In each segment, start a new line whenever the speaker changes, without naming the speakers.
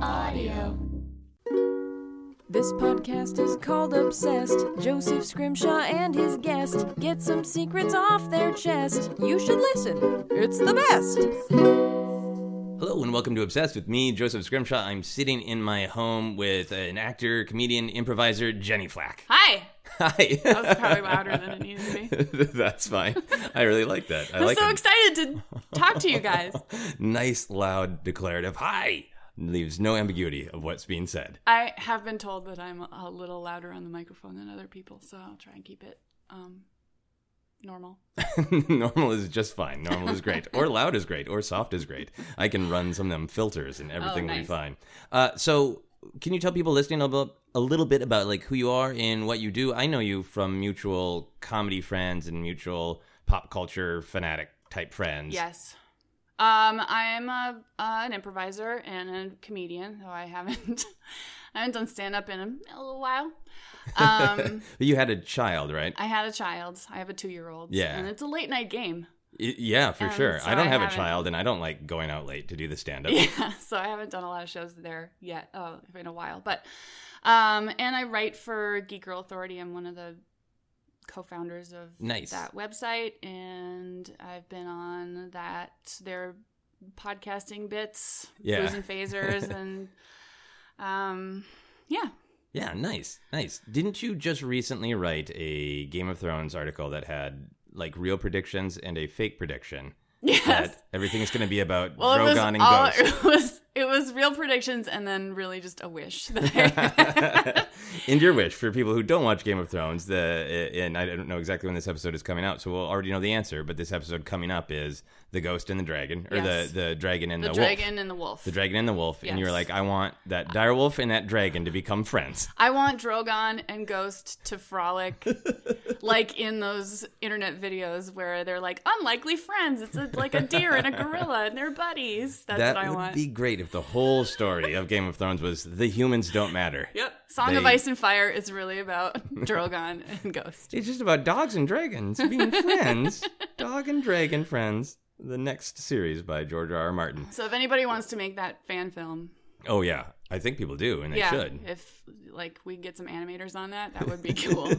Audio.
This podcast is called Obsessed. Joseph Scrimshaw and his guest get some secrets off their chest. You should listen, it's the best.
Hello and welcome to Obsessed with me, Joseph Scrimshaw. I'm sitting in my home with an actor, comedian, improviser, Jenny Flack.
Hi.
Hi.
That was probably louder than it needed to be.
That's fine. I really like that. I
I'm
like
so
it.
excited to talk to you guys.
Nice, loud, declarative hi. Leaves no ambiguity of what's being said.
I have been told that I'm a little louder on the microphone than other people, so I'll try and keep it um, normal.
Normal is just fine. Normal is great. Or loud is great. Or soft is great. I can run some of them filters and everything will be
nice.
fine. Uh, so, can you tell people listening about a little bit about like who you are and what you do? I know you from mutual comedy friends and mutual pop culture fanatic type friends.
Yes. Um, I'm a, uh, an improviser and a comedian, though I haven't I haven't done stand up in a, a little while. Um,
You had a child, right?
I had a child. I have a two year old.
Yeah.
And it's a late night game.
Y- yeah, for
Um,
sure.
so
I don't
I
have a
haven't-
child and I don't like going out late to do the stand up.
Yeah, so I haven't done a lot of shows there yet. Oh, in a while, but um, and I write for Geek Girl Authority. I'm one of the co-founders of
Nice.
that website, and I've been on that their podcasting bits,
Yeah.
booze and phasers, and um, yeah,
Yeah, nice, nice. Didn't you just recently write a Game of Thrones article that had like real predictions and a fake prediction
yes.
that everything's going to be about
Well, it was
Drogon and
all
ghosts?
it was. It was real predictions, and then really just a wish. that I-
and your wish for people who don't watch Game of Thrones, the and I don't know exactly when this episode is coming out, so we'll already know the answer. But this episode coming up is the ghost and the dragon, or
Yes.
the the dragon and
the
the,
dragon
wolf.
and the wolf.
The dragon and the wolf, and you were
Yes.
like, I want that direwolf and that dragon to become friends.
I want Drogon and Ghost to frolic like in those internet videos where they're like unlikely friends. It's a, like a deer and a gorilla and they're buddies. That's
that
what I
would
want.
be great if the whole story of Game of Thrones was the humans don't matter.
Yep. Song of
They-
Ice and Fire is really about Drogon and Ghost.
It's just about dogs and dragons being friends. Dog and dragon friends. The next series by George R. R. Martin.
So if anybody wants to make that fan film,
Oh yeah, I think people do, and they
yeah,
should.
if like we get some animators on that, that would be cool.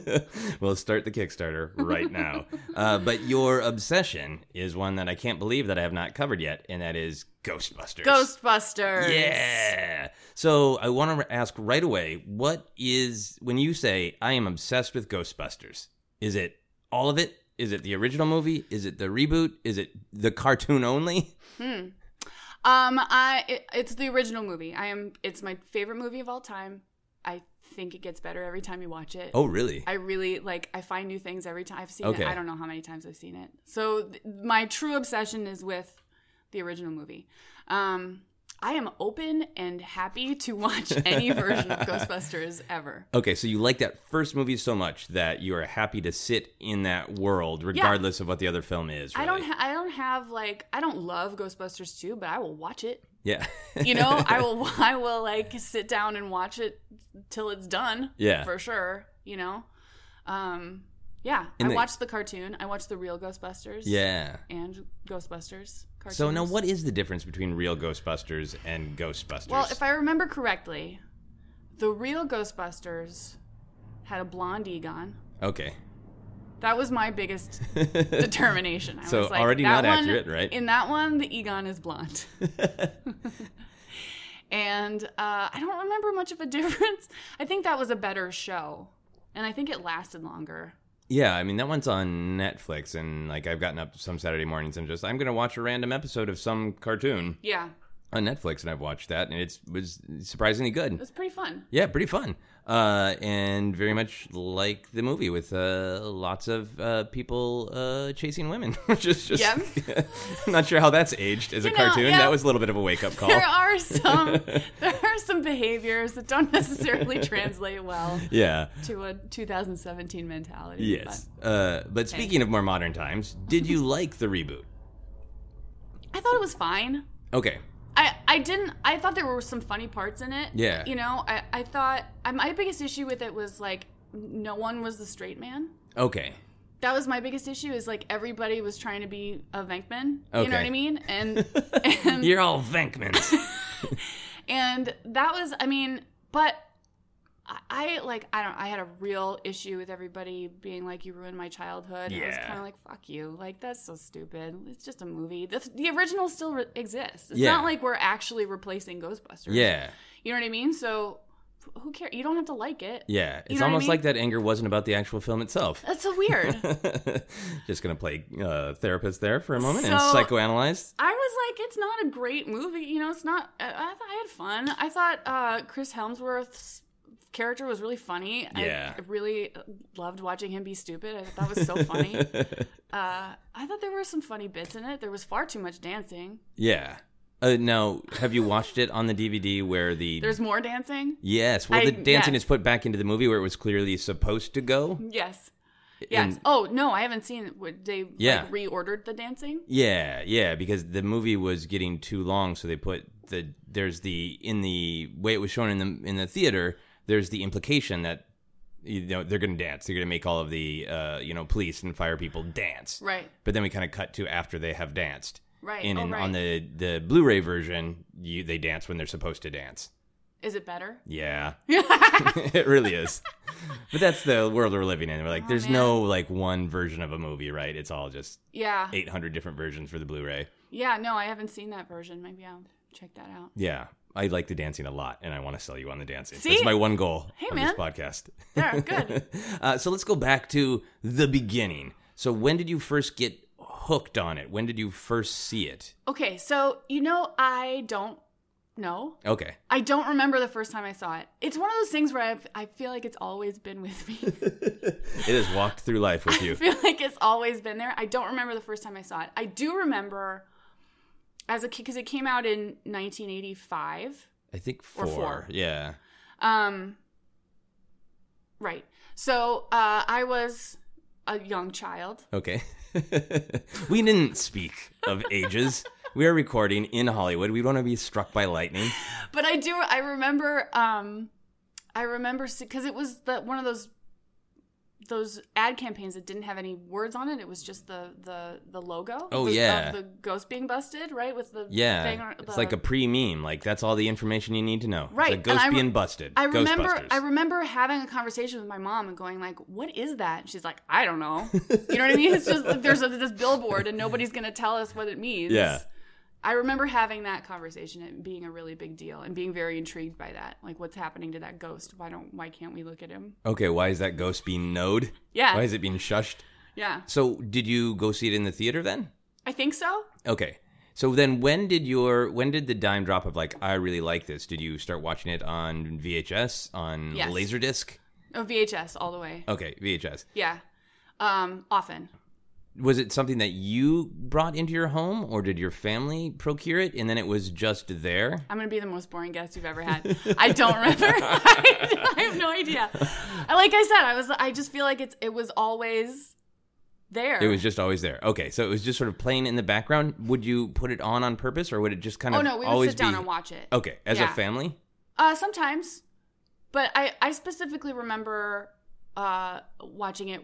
we'll start the Kickstarter right now. uh, but your obsession is one that I can't believe that I have not covered yet, and that is Ghostbusters.
Ghostbusters.
Yeah. So I want to ask right away what is, when you say, I am obsessed with Ghostbusters, is it all of it? Is it the original movie? Is it the reboot? Is it the cartoon only?
Um, I it, it's the original movie. I am. It's my favorite movie of all time. I think it gets better every time you watch it.
Oh, really?
I really like. I find new things every time I've seen
Okay.
it. I don't know how many times I've seen it. So th- my true obsession is with the original movie. Um, I am open and happy to watch any version of Ghostbusters ever.
Okay, so you like that first movie so much that you are happy to sit in that world regardless of what the other film is.
I don't.
really.
Ha- I don't have like. I don't love Ghostbusters 2, but I will watch it.
Yeah.
you know i will i will like sit down and watch it till it's done
Yeah.
for sure you know um yeah
And
i
the-
watched the cartoon i watched the real ghostbusters
yeah.
and ghostbusters cartoons.
So now what is the difference between real Ghostbusters and Ghostbusters?
well if i remember correctly the real ghostbusters had a blonde egon
Okay.
that was my biggest determination. I
So
was like,
already not
that one-
accurate, right?
In that one, the Egon is blonde. and uh, I don't remember much of a difference. I think that was a better show, and I think it lasted longer.
Yeah, I mean that one's on Netflix and like I've gotten up some Saturday mornings and just I'm going to watch a random episode of some cartoon
Yeah,
on Netflix and I've watched that and it was surprisingly
it
good.
was pretty fun.
Yeah, pretty fun. Uh, and very much like the movie with uh, lots of uh, people uh, chasing women, which is just not sure how that's aged as a
You know,
cartoon.
yeah.
That was a little bit of a wake up call.
There are some there are some behaviors that don't necessarily translate well
yeah.
to a 2017 mentality.
Yes. Uh, but speaking of more modern times, did you like the reboot?
but I thought it was fine.
Okay.
I, I didn't I thought there were some funny parts in it.
Yeah.
You know, I, I thought I, my biggest issue with it was like no one was the straight man.
Okay.
That was my biggest issue is like everybody was trying to be a Venkman. You know what
Okay.
Mm. I mean? And and,
You're all Venkmans.
And that was, I mean, but I, I like, I don't, I had a real issue with everybody being like, you ruined my childhood. And I was
Yeah.
kind of like, fuck you. Like, that's so stupid. It's just a movie. The, the original still re- exists. It's
Yeah.
not like we're actually replacing Ghostbusters.
Yeah.
You know what I mean? So who cares? You don't have to like it.
Yeah. It's
know what I
almost
mean?
like that anger wasn't about the actual film itself.
That's so weird.
Just going to play uh, therapist there for a moment and
So-
psychoanalyze.
I was like, it's not a great movie. You know, it's not. I, I, th- I had fun. I thought uh, Chris Helmsworth's character was really funny.
Yeah.
I really loved watching him be stupid. I thought that was so funny. uh, I thought there were some funny bits in it. There was far too much dancing.
Yeah. Uh, now, have you watched it on the DVD where the.
There's more dancing.
yes. Well,
I-
the dancing
yes.
is put back into the movie where it was clearly supposed to go.
Yes. Yes.
And-
oh no, I haven't seen. it. Would They
Yeah.
like, reordered the dancing.
Yeah, yeah, because the movie was getting too long, so they put the there's the in the way it was shown in the in the theater. There's the implication that you know they're going to dance. They're going to make all of the uh, you know police and fire people dance.
Right.
But then we kind of cut to after they have danced.
Right.
And
oh,
in,
right.
on the the Blu-ray version, you they dance when they're supposed to dance.
Is it better?
Yeah, it really is. But that's the world we're living in. We're
Oh,
like, there's no like one version of a movie, right? It's all just
Yeah.
800 different versions for the Blu-ray.
Yeah. No, I haven't seen that version. Maybe I'll check that out.
Yeah. I like the dancing a lot, and I want to sell you on the dancing.
See?
That's my one goal
Hey,
of
man.
this podcast.
There. Good.
Uh, so let's go back to the beginning. So when did you first get hooked on it? When did you first see it?
Okay, so you know, I don't know.
Okay.
I don't remember the first time I saw it. It's one of those things where I've, I feel like it's always been with me.
It has walked through life with
I
you.
feel like it's always been there. I don't remember the first time I saw it. I do remember as a kid because it came out in 1985.
I think
Or
four.
four.
Yeah.
Um, right. So uh, I was a young child.
Okay. we didn't speak of ages. we are recording in Hollywood. We want to be struck by lightning.
but I do. I remember. Um, I remember because it was the one of those those ad campaigns that didn't have any words on it. It was just the the the logo.
Oh,
the,
yeah.
of the ghost being busted, right? With the thing
Yeah.
on-
It's
the-
like a pre meme. Like, that's all the information you need to know. It's
Right,
a
and
ghost
I re-
being busted.
I remember
Ghostbusters.
I remember having a conversation with my mom and going like, "What is that?" And she's like, "I don't know." You know what I mean? It's just like, there's a, this billboard and nobody's going to tell us what it means.
Yeah.
I remember having that conversation and being a really big deal and being very intrigued by that. Like what's happening to that ghost? Why don't why can't we look at him?
Okay, why is that ghost being node?
Yeah.
Why is it being shushed?
Yeah.
So, did you go see it in the theater then?
I think so.
Okay. So then when did your when did the dime drop of like I really like this? Did you start watching it on VHS, on
Yes.
Laserdisc?
Oh, VHS all the way.
Okay, VHS.
Yeah. Um often.
Was it something that you brought into your home or did your family procure it and then it was just there?
I'm gonna be the most boring guest you've ever had. I don't remember. I, I have no idea. Like I said, I was. I just feel like it's. It was always there.
It was just always there. Okay, so it was just sort of playing in the background. Would you put it on on purpose or would it just kind
Oh
of
no, we would
always
sit down
be
and watch it.
Okay, as
Yeah.
a family?
Uh, sometimes, but I. I specifically remember uh, watching it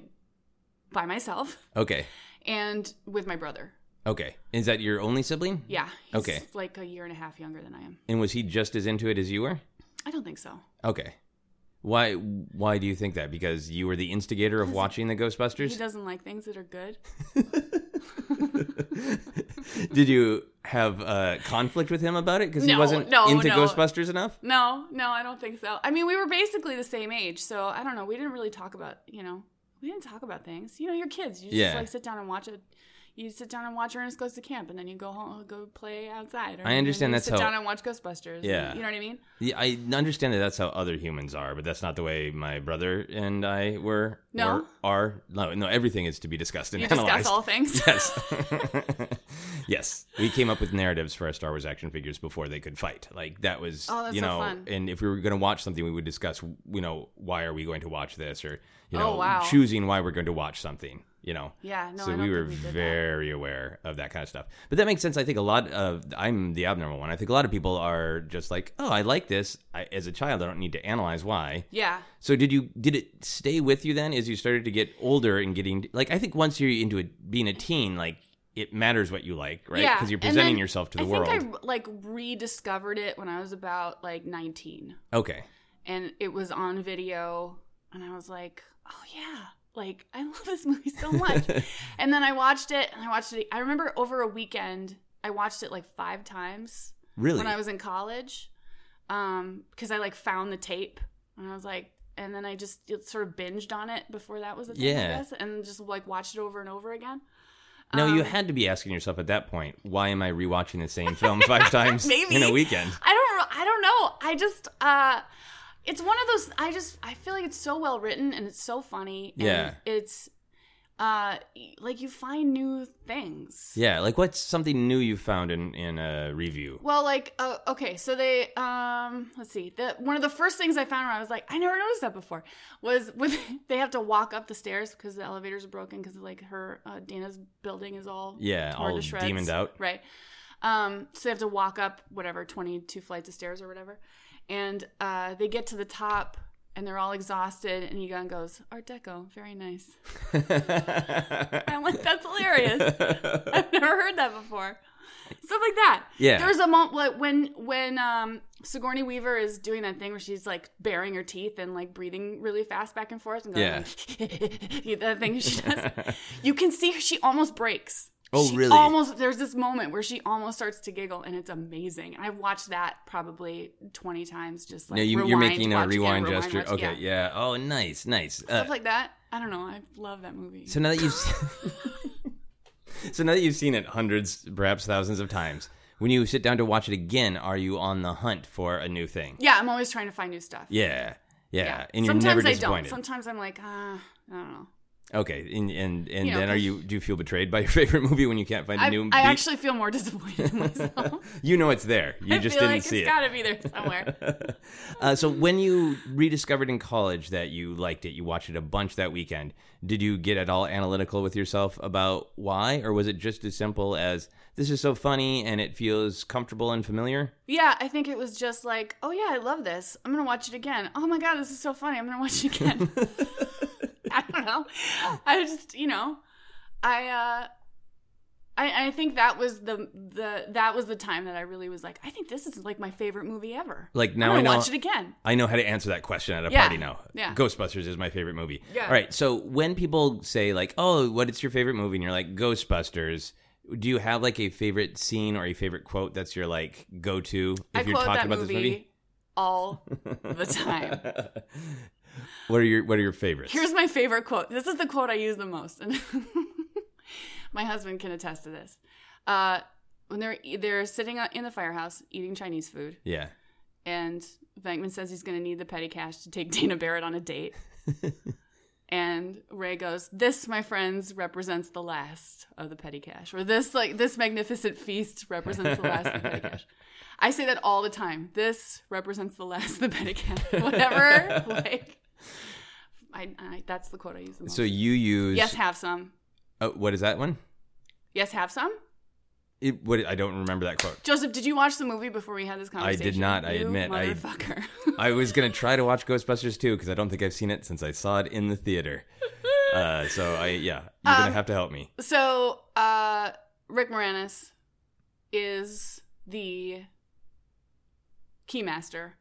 by myself
Okay.
and with my brother.
Okay. Is that your only sibling?
Yeah. he's
Okay.
Like a year and a half younger than I am.
And was he just as into it as you were?
I don't think so.
Okay. Why why do you think that? Because you were the instigator of watching the
He
Ghostbusters?
doesn't like things that are good.
Did you have uh, conflict with him about it because he
No,
wasn't
no,
into
no.
Ghostbusters enough?
No, no, I don't think so. I mean, we were basically the same age, so I don't know. We didn't really talk about, you know, we didn't talk about things. You know, you're kids. You
Yeah.
just like sit down and watch it. You sit down and watch Ernest Goes to Camp, and then you go home, uh, go play outside. Or
I understand
you
that's
sit
how-
down and watch Ghostbusters.
Yeah.
you know what I mean.
Yeah, I understand that that's how other humans are, but that's not the way my brother and I were.
No?
or are no, no. Everything is to be discussed and
You
analyzed.
discuss all things.
Yes. yes. We came up with narratives for our Star Wars action figures before they could fight. Like that was
Oh, that's
you
so
know
fun.
and if we were going to watch something we would discuss you know why are we going to watch this or you know
Oh, wow.
choosing why we're going to watch something, you know.
Yeah, no, I
So
don't
we were
think we did that.
very aware of that kind of stuff. But that makes sense. I think a lot of I'm the abnormal one. I think a lot of people are just like, "Oh, I like this." I, as a child, I don't need to analyze why.
Yeah,
So did you did it stay with you then as you started to get older and getting like I think once you're into a, being a teen like it matters what you like, right?
Yeah,
Because you're
and then
presenting yourself to the
I
world.
think I like rediscovered it when I was about like 19
okay.
and it was on video and I was like, "Oh yeah, like I love this movie so much." and then I watched it and I watched it I remember over a weekend I watched it like 5 times
really?
when I was in college um cuz I like found the tape and I was like and then I just it sort of binged on it before that was a thing, I
Yeah.
guess, and just like watched it over and over again.
no, you
um,
had to be asking yourself at that point, why am I rewatching the same film five times
Maybe.
in a weekend?
I don't I don't know. I just uh it's one of those I just I feel like it's so well written and it's so funny and
Yeah.
it's uh like you find new things.
Yeah, like what's something new you found in in a review?
Well, like uh, okay, so they um let's see. The one of the first things I found when I was like, I never noticed that before was when they have to walk up the stairs because the elevators are broken because like her uh, Dana's building is all
Yeah,
torn
all
to shreds.
demoned out.
Right. Um, so they have to walk up whatever twenty two flights of stairs or whatever, and uh, they get to the top and they're all exhausted. And Egon goes, "Art Deco, very nice." I'm like, "That's hilarious." I've never heard that before. Stuff like that.
Yeah.
There was a moment like when when um Sigourney Weaver is doing that thing where she's like baring her teeth and like breathing really fast back and forth and going
Yeah.
like, that thing she does. You can see she almost breaks.
Oh,
She
really?
Almost. There's this moment where she almost starts to giggle, and it's amazing. And I've watched that probably 20 times. Just like
yeah, you,
rewind,
you're making a
watch again,
rewind
rewind,
gesture.
watch-
okay,
yeah.
yeah. Oh, nice, nice. Uh,
Stuff like that. I don't know. I love that movie.
So now that you've so now that you've seen it hundreds, perhaps thousands of times, when you sit down to watch it again, are you on the hunt for a new thing?
yeah, I'm always trying to find new stuff.
Yeah, yeah, and you're
Sometimes
never
I don't.
disappointed.
Sometimes I'm like, ah, I don't know.
okay, and and, and
You know,
then are
'cause-
you do you feel betrayed by your favorite movie when you can't find a
I,
new?
I
beat?
actually feel more disappointed in myself.
you know it's there. You
I
just
feel
didn't
like
see
it's
it.
got to be there somewhere.
Uh, so when you rediscovered in college that you liked it, you watched it a bunch that weekend. Did you get at all analytical with yourself about why, or was it just as simple as this is so funny and it feels comfortable and familiar?
yeah, I think it was just like, oh yeah, I love this. I'm gonna watch it again. Oh my god, this is so funny. I'm gonna watch it again. I don't know. I just, you know, I. uh I, I think that was the the that was the time that I really was like I think this is like my favorite movie ever.
Like
I'm
now
gonna
I know
watch it again.
I know how to answer that question at a
Yeah.
party now.
Yeah.
Ghostbusters is my favorite movie.
Yeah.
All right. So when people say like, "Oh, what is your favorite movie?" and you're like, "Ghostbusters." Do you have like a favorite scene or a favorite quote that's your like go to if
I
you're
quote
talking
that
about
movie,
this movie?
all the time.
What are your What are your favorites?
Here's my favorite quote. This is the quote I use the most, and my husband can attest to this. Uh, when they're they're sitting out in the firehouse eating Chinese food,
yeah.
and Venkman says he's going to need the petty cash to take Dana Barrett on a date, and Ray goes, "This, my friends, represents the last of the petty cash, or this like this magnificent feast represents the last of the petty cash." I say that all the time. This represents the last of the petty cash. Whatever, like. I, I, that's the quote I use the most.
So you use
Yes, have some.
Oh, what is that one?
Yes, have some.
It, what I don't remember that quote.
Joseph, did you watch the movie before we had this
I did
conversation?
not, I
You
admit, I-
motherfucker.
I was gonna try to watch Ghostbusters too because I don't think I've seen it since I saw it in the theater. Uh, so I yeah, you're gonna
Um,
have to help me.
so, uh, Rick Moranis is the keymaster,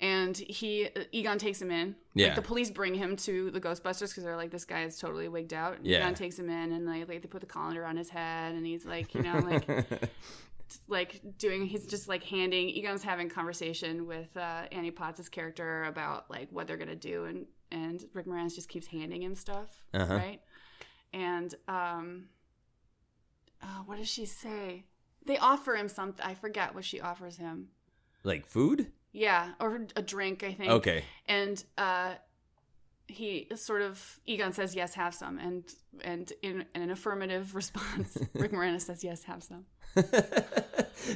and he uh, Egon takes him in.
Yeah.
Like the police bring him to the Ghostbusters because they're like, this guy is totally wigged out. And
Yeah.
Egon takes him in, and like, like they put the colander on his head, and he's like, you know, like like doing he's just like handing Egon's having conversation with uh, Annie Potts' character about like what they're gonna do and and Rick Moranis just keeps handing him stuff
Uh-huh.
right and um uh, what does she say they offer him something I forget what she offers him
like food?
yeah or a drink I think
Okay.
and uh he sort of Egon says yes have some and and in, in an affirmative response Rick Moranis says yes have some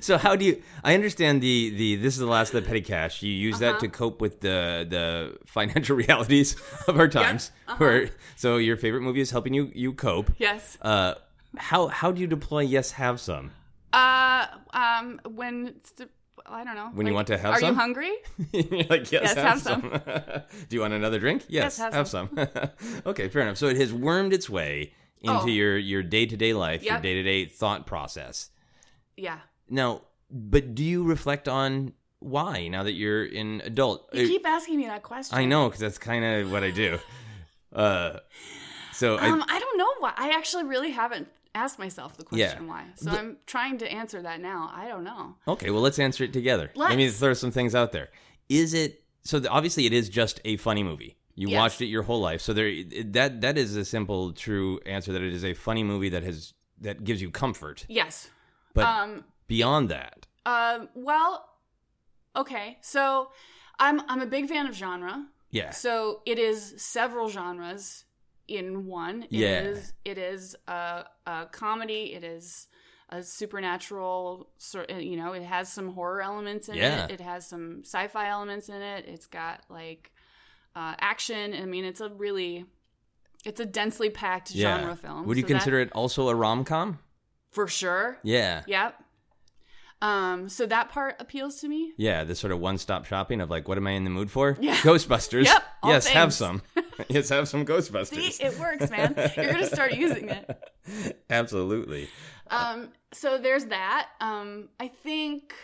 so how do you? I understand the the this is the last of the petty cash. You use that
Uh-huh.
to cope with the the financial realities of our times.
Uh-huh.
Where so your favorite movie is helping you you cope.
yes
Uh, how how do you deploy? Yes, have some.
Uh, um, when it's the- well, I don't know.
When you want to have
are
some?
you hungry?
You're like, yes,
Yes,
have,
have
some. Do you want another drink? Yes,
have
have, some. okay, fair enough. So it has wormed its way into
Oh.
your your day to day life, your
Yep.
day to day thought process.
Yeah.
Now, but do you reflect on why now that you're an adult?
You
Uh,
keep asking me that question.
I know because that's kind of what I do. Uh, so
Um, I don't know why. I actually really haven't asked myself the
Yeah.
question why. So
But-
I'm trying to answer that now. I don't know.
I okay. Well, let's answer it together. Let me
Let's.
throw some things out there. Is it so? The, obviously, it is just a funny movie. You
Yes.
watched it your whole life, so there. it- That that is a simple, true answer. That it is a funny movie that has that gives you comfort.
Yes.
But
um.
beyond that,
Um. Well. Okay. So, I'm I'm a big fan of genre.
yeah,
So it is several genres in one. It
Yeah.
is- it is a, a comedy. It is a supernatural sort. You know, it has some horror elements in
Yeah.
it. It has some sci-fi elements in it. It's got like uh, action. I mean, it's a really it's a densely packed
yeah.
genre film.
Would you
So that-
consider it also a rom com?
for sure?
Yeah.
Yep. Um. So that part appeals to me.
Yeah, this sort of one-stop shopping of like, what am I in the mood for?
Yeah.
Ghostbusters.
Yep, all
yes, have
things.
some. yes, have some Ghostbusters.
See, it works, man. You're gonna start using it.
Absolutely.
Um, so there's that. Um, I think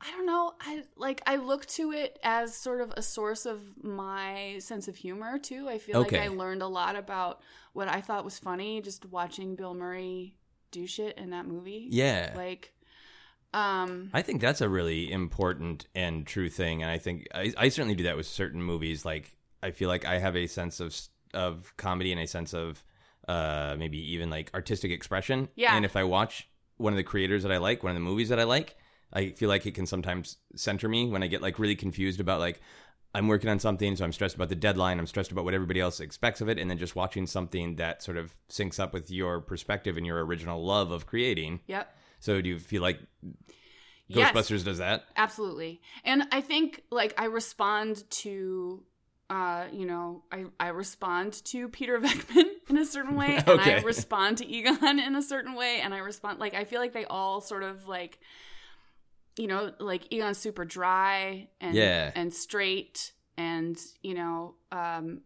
I don't know. I like I look to it as sort of a source of my sense of humor too. I feel
Okay.
like I learned a lot about what I thought was funny just watching Bill Murray do shit in that movie.
Yeah.
Like um
I think that's a really important and true thing, and I think I, I certainly do that with certain movies. Like, I feel like I have a sense of of comedy and a sense of uh, maybe even like artistic expression.
Yeah.
And if I watch one of the creators that I like, one of the movies that I like, I feel like it can sometimes center me when I get like really confused about like I'm working on something, so I'm stressed about the deadline. I'm stressed about what everybody else expects of it, and then just watching something that sort of syncs up with your perspective and your original love of creating.
Yep.
So, do you feel like
Yes.
Ghostbusters does that?
Absolutely. And I think like I respond to uh, you know, I, I respond to Peter Venkman in a certain way, and I
Okay.
respond to Egon in a certain way, and I respond like I feel like they all sort of like, you know, like Egon's super dry and
Yeah.
and straight, and you know, um,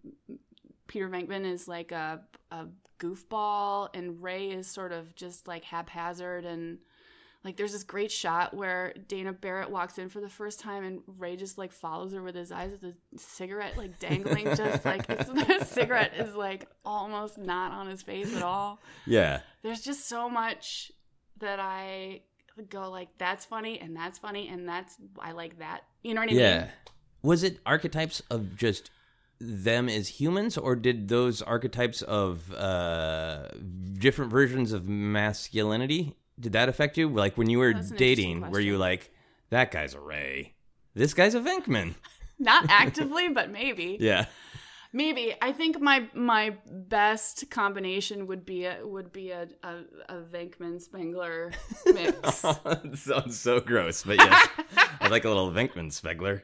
Peter Venkman is like a a goofball, and Ray is sort of just like haphazard and like there's this great shot where Dana Barrett walks in for the first time and Ray just like follows her with his eyes with a cigarette like dangling just like it's, the cigarette is like almost not on his face at all.
Yeah.
There's just so much that I go like that's funny and that's funny and that's I like that. You know what I
Yeah.
mean?
Was it archetypes of just them as humans, or did those archetypes of uh, different versions of masculinity did that affect you? Like when you were
That's an
dating,
interesting
were you
question.
like, "That guy's a Ray, this guy's a Venkman"?
Not actively, but maybe.
Yeah.
Maybe I think my my best combination would be a would be a a, a Venkman Spengler mix.
that sounds so gross, but yes, I like a little Venkman Spegler.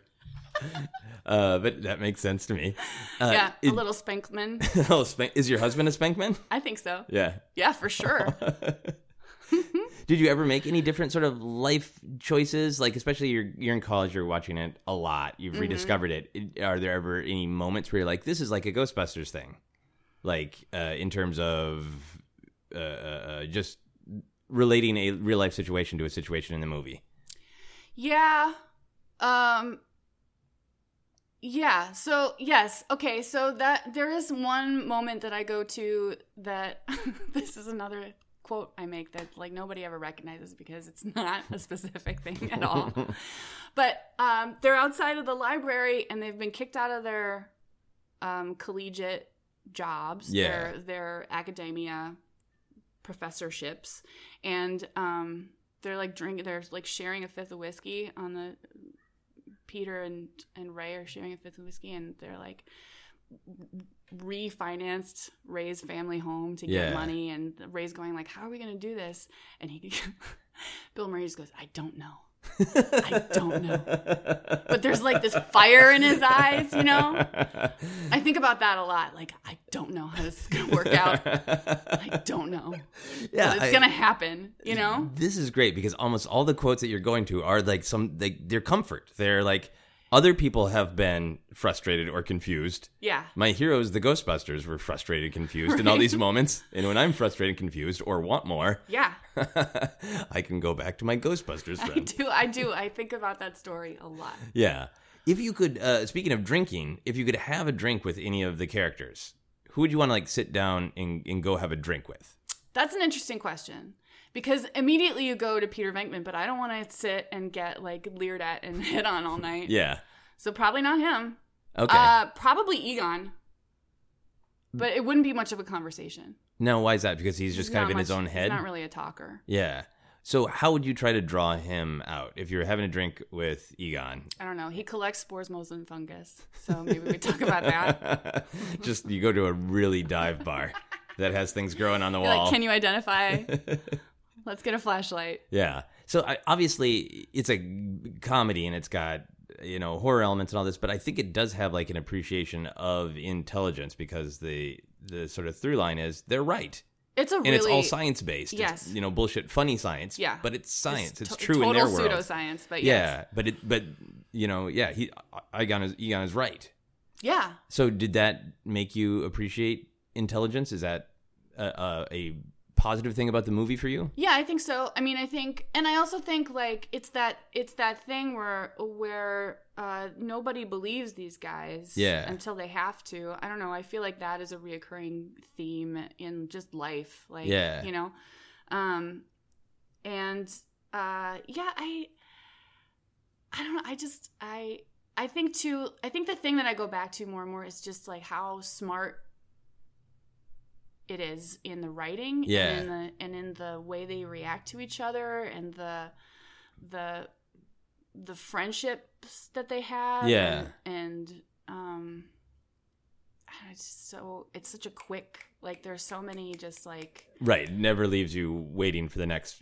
Uh, but that makes sense to me. Uh,
yeah,
is,
a little Spankman.
little Spank- is your husband a Spankman?
I think so.
Yeah.
Yeah, for sure.
Did you ever make any different sort of life choices? Like, especially you're you're in college, you're watching it a lot.
Mm-hmm.
You've rediscovered it. It- Are there ever any moments where you're like, this is like a Ghostbusters thing, like uh, in terms of uh, uh, uh, just relating a real life situation to a situation in the movie?
yeah. Um Yeah, so yes. Okay, so that there is one moment that I go to that this is another quote I make that like nobody ever recognizes because it's not a specific thing at all. but um they're outside of the library and they've been kicked out of their um collegiate jobs,
Yeah.
their their academia professorships and um they're like drinking they're like sharing a fifth of whiskey on the peter and and ray are sharing a fifth of whiskey and they're like refinanced ray's family home to
Yeah.
get money and ray's going like how are we gonna do this and he bill murray just goes i don't know i don't know but there's like this fire in his eyes you know i think about that a lot like i don't know how this is gonna work out i don't know
yeah,
but it's
I-
gonna happen you know
This is great because almost all the quotes that you're going to are like some like their comfort. They're like, Other people have been frustrated or confused.
Yeah.
My heroes, the Ghostbusters, were frustrated, confused in all these moments. And when I'm frustrated, confused, or want more,
Yeah.
I can go back to my Ghostbusters
I
friend.
do. I do. I think about that story a lot.
Yeah. If you could, uh, speaking of drinking, if you could have a drink with any of the characters, who would you want to like sit down and, and go have a drink with?
That's an interesting question because immediately you go to Peter Venkman, but I don't want to sit and get like leered at and hit on all night.
Yeah.
So probably not him.
Okay.
Uh, probably Egon. But it wouldn't be much of a conversation.
no, why is that? Because he's just kind of
not
in his
much-
own
he's
head.
not really a talker.
Yeah. So how would you try to draw him out if you're having a drink with Egon?
I don't know. He collects spores, moles, and fungus. So maybe we talk about that.
Just you go to a really dive bar that has things growing on the
Be
wall.
Like, can you identify? Let's get a flashlight.
yeah. So I, obviously it's a comedy and it's got you know horror elements and all this, but I think it does have like an appreciation of intelligence because the the sort of through line is they're right.
It's a
And
really
it's all science based.
Yes.
you know, bullshit funny science.
Yeah.
But it's science. It's,
to-
true in their
Total
world.
pseudoscience, but yes.
Yeah, but it, but you know, yeah, he Egon is Egon is right.
yeah,
So did that make you appreciate intelligence? Is that a, a, a positive thing about the movie for you?
Yeah, I think so. I mean, I think, and I also think like it's that it's that thing where where uh, nobody believes these guys,
Yeah.
until they have to. I don't know. I feel like that is a reoccurring theme in just life, like
Yeah.
you know, um, and uh, yeah, I, I don't know. I just I I think too. I think the thing that I go back to more and more is just like how smart it is in the writing
Yeah.
and in the and in the way they react to each other and the the the friendships that they have
Yeah.
and, and um I- it's just so it's such a quick like there's so many just like
Right, never leaves you waiting for the next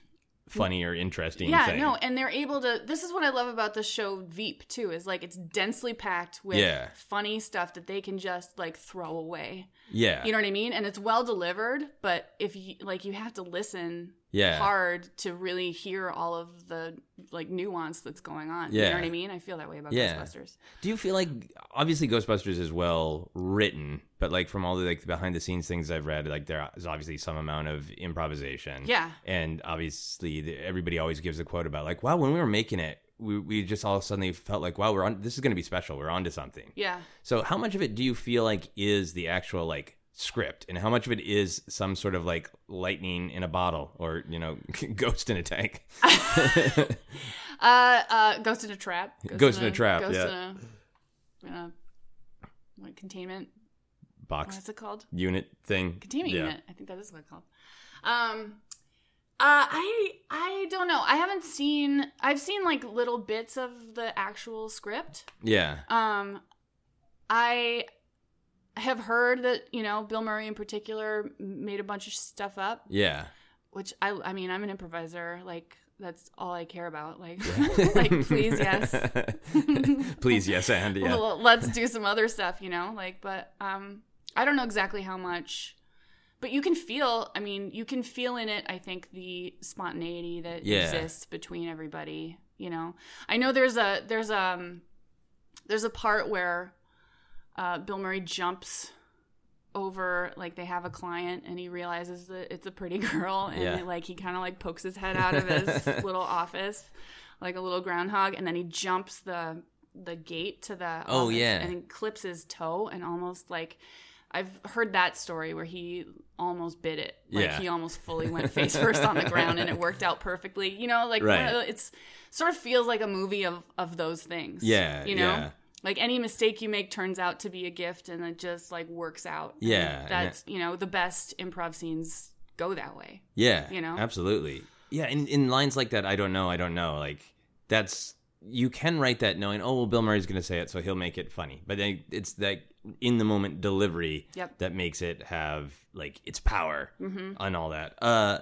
funny or interesting
yeah
thing.
no and they're able to this is what i love about the show veep too is like it's densely packed with
Yeah.
funny stuff that they can just like throw away
yeah,
you know what i mean and it's well delivered but if you like you have to listen
yeah,
hard to really hear all of the like nuance that's going on you
Yeah.
know what i mean i feel that way about
Yeah.
ghostbusters
Do you feel like obviously Ghostbusters is well written, but like from all the like behind the scenes things I've read, like there is obviously some amount of improvisation.
yeah
and obviously the, everybody always gives a quote about like wow when we were making it we, we just all suddenly felt like wow we're on this is going to be special we're onto something
yeah
so how much of it do you feel like is the actual like script and how much of it is some sort of like lightning in a bottle or you know ghost in a tank
uh uh ghost in a trap
Ghost in a Trap,
ghost
yeah.
in a, in a what, containment
box
what's it called
unit thing
containment
Yeah.
unit. I think that is what it's called. Um, uh, I I don't know. I haven't seen. I've seen like little bits of the actual script.
yeah
Um, I have heard that you know Bill Murray in particular made a bunch of stuff up,
yeah
which I I mean I'm an improviser. Like that's all I care about. Like like please yes.
please yes and yeah
Well, let's do some other stuff, you know, like but um I don't know exactly how much but you can feel, I mean, you can feel in it I think the spontaneity that
Yeah.
exists between everybody, you know. I know there's a there's um there's a part where uh Bill Murray jumps over like they have a client and he realizes that it's a pretty girl and
Yeah.
like he kind of like pokes his head out of his little office like a little groundhog and then he jumps the the gate to the
Oh,
office
yeah.
and clips his toe and almost like I've heard that story where he almost bit it like
Yeah.
he almost fully went face first on the ground and it worked out perfectly you know like one
Right.
of the- it's sort of feels like a movie of of those things
Yeah,
you know
yeah.
like any mistake you make turns out to be a gift and it just like works out And
Yeah, and
that's you know the best improv scenes go that way
Yeah.
You know?
Absolutely. Yeah, in, in lines like that, I don't know, I don't know. Like that's you can write that knowing, oh well Bill Murray's gonna say it, so he'll make it funny. But then it's that in the moment delivery
Yep.
that makes it have like its power
hmm
and all that. Uh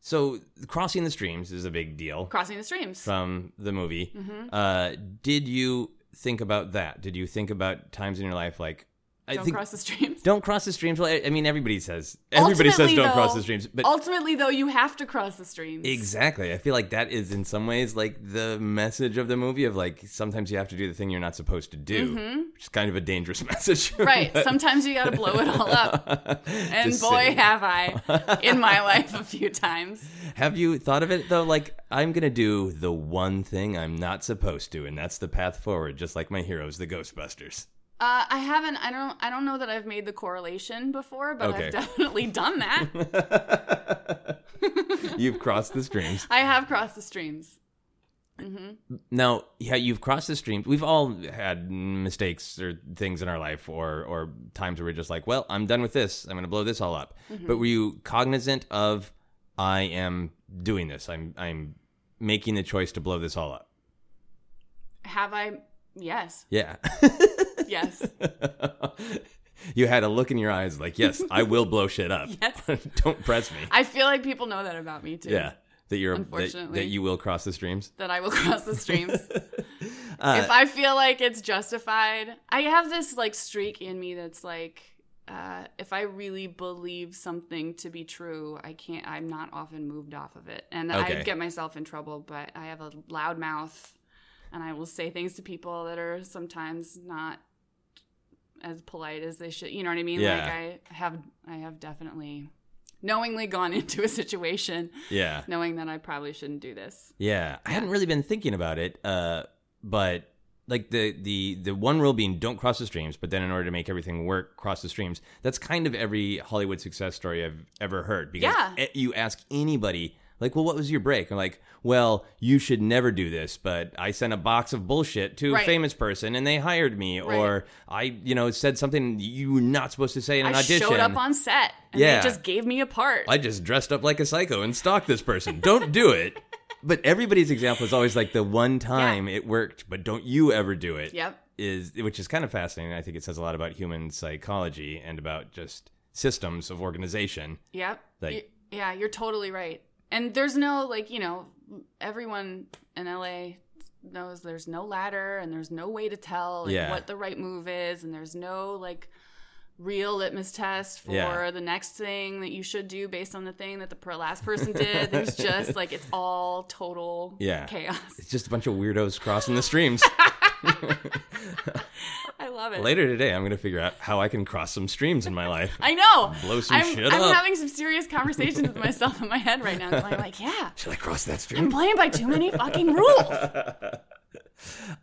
so crossing the streams is a big deal
crossing the streams
from the movie.
hmm
Uh did you think about that? Did you think about times in your life like I
don't
think
cross the streams.
don't cross the streams. Well, I, I mean, everybody says everybody says
Ultimately,
don't
though-
cross the streams, but
ultimately, though, you have to cross the streams.
exactly, I feel like that is in some ways like the message of the movie of like sometimes you have to do the thing you're not supposed to do, which is kind of a dangerous message,
Mm-hmm. Right.
But-
Sometimes you got to blow it all up. And
Just
boy,
saying.
have I in my life a few times.
Have you thought of it though? Like, I'm gonna do the one thing I'm not supposed to, and that's the path forward, just like my heroes, the Ghostbusters.
Uh, I haven't. I don't. I don't know that I've made the correlation before, but
Okay.
I've definitely done that.
You've crossed the streams.
I have crossed the streams.
Now, yeah, you've crossed the streams. We've all had mistakes or things in our life, or or times where we're just like, well, I'm done with this. I'm gonna blow this all up.
Mm-hmm.
But were you cognizant of, I am doing this. I'm I'm making the choice to blow this all up.
Have I? Yes.
Yeah.
Yes.
you had a look in your eyes like, yes, I will blow shit up.
Yes.
Don't press me.
I feel like people know that about me too.
yeah. That you're that,
Unfortunately.
that you will cross the streams.
That I will cross the streams.
Uh,
if I feel like it's justified, I have this like streak in me that's like, uh, if I really believe something to be true, I can't. I'm not often moved off of it, and
Okay.
I get myself in trouble. But I have a loud mouth, and I will say things to people that are sometimes not as polite as they should. You know what I mean?
Yeah.
Like I have, I have definitely knowingly gone into a situation
Yeah.
knowing that I probably shouldn't do this.
Yeah. I hadn't really been thinking about it, uh, but like the, the the one rule being don't cross the streams, but then in order to make everything work, cross the streams. That's kind of every Hollywood success story I've ever heard. Because
Yeah.
e- you ask anybody, like, well, what was your break? And like, well, you should never do this, but I sent a box of bullshit to a
Right.
famous person and they hired me,
Right.
or I, you know, said something you were not supposed to say in an
I
audition.
showed up on set and
Yeah.
they just gave me a part.
I just dressed up like a psycho and stalked this person. Don't do it. But everybody's example is always like the one time it worked, but don't you ever do it.
Yep.
Is which is kind of fascinating. I think it says a lot about human psychology and about just systems of organization.
yep.
Like-
Y- yeah, you're totally right. And there's no like, you know, everyone in LA knows there's no ladder and there's no way to tell like,
Yeah.
what the right move is and there's no like real litmus test for
Yeah.
the next thing that you should do based on the thing that the per- last person did. There's just like it's all total
Yeah.
chaos.
It's just a bunch of weirdos crossing the streams.
I love it.
Later today, I'm going to figure out how I can cross some streams in my life.
I know.
Blow some
I'm,
shit
I'm
up.
having some serious conversations with myself in my head right now. I'm like, yeah,
Should I cross that stream?
I'm playing by too many fucking rules.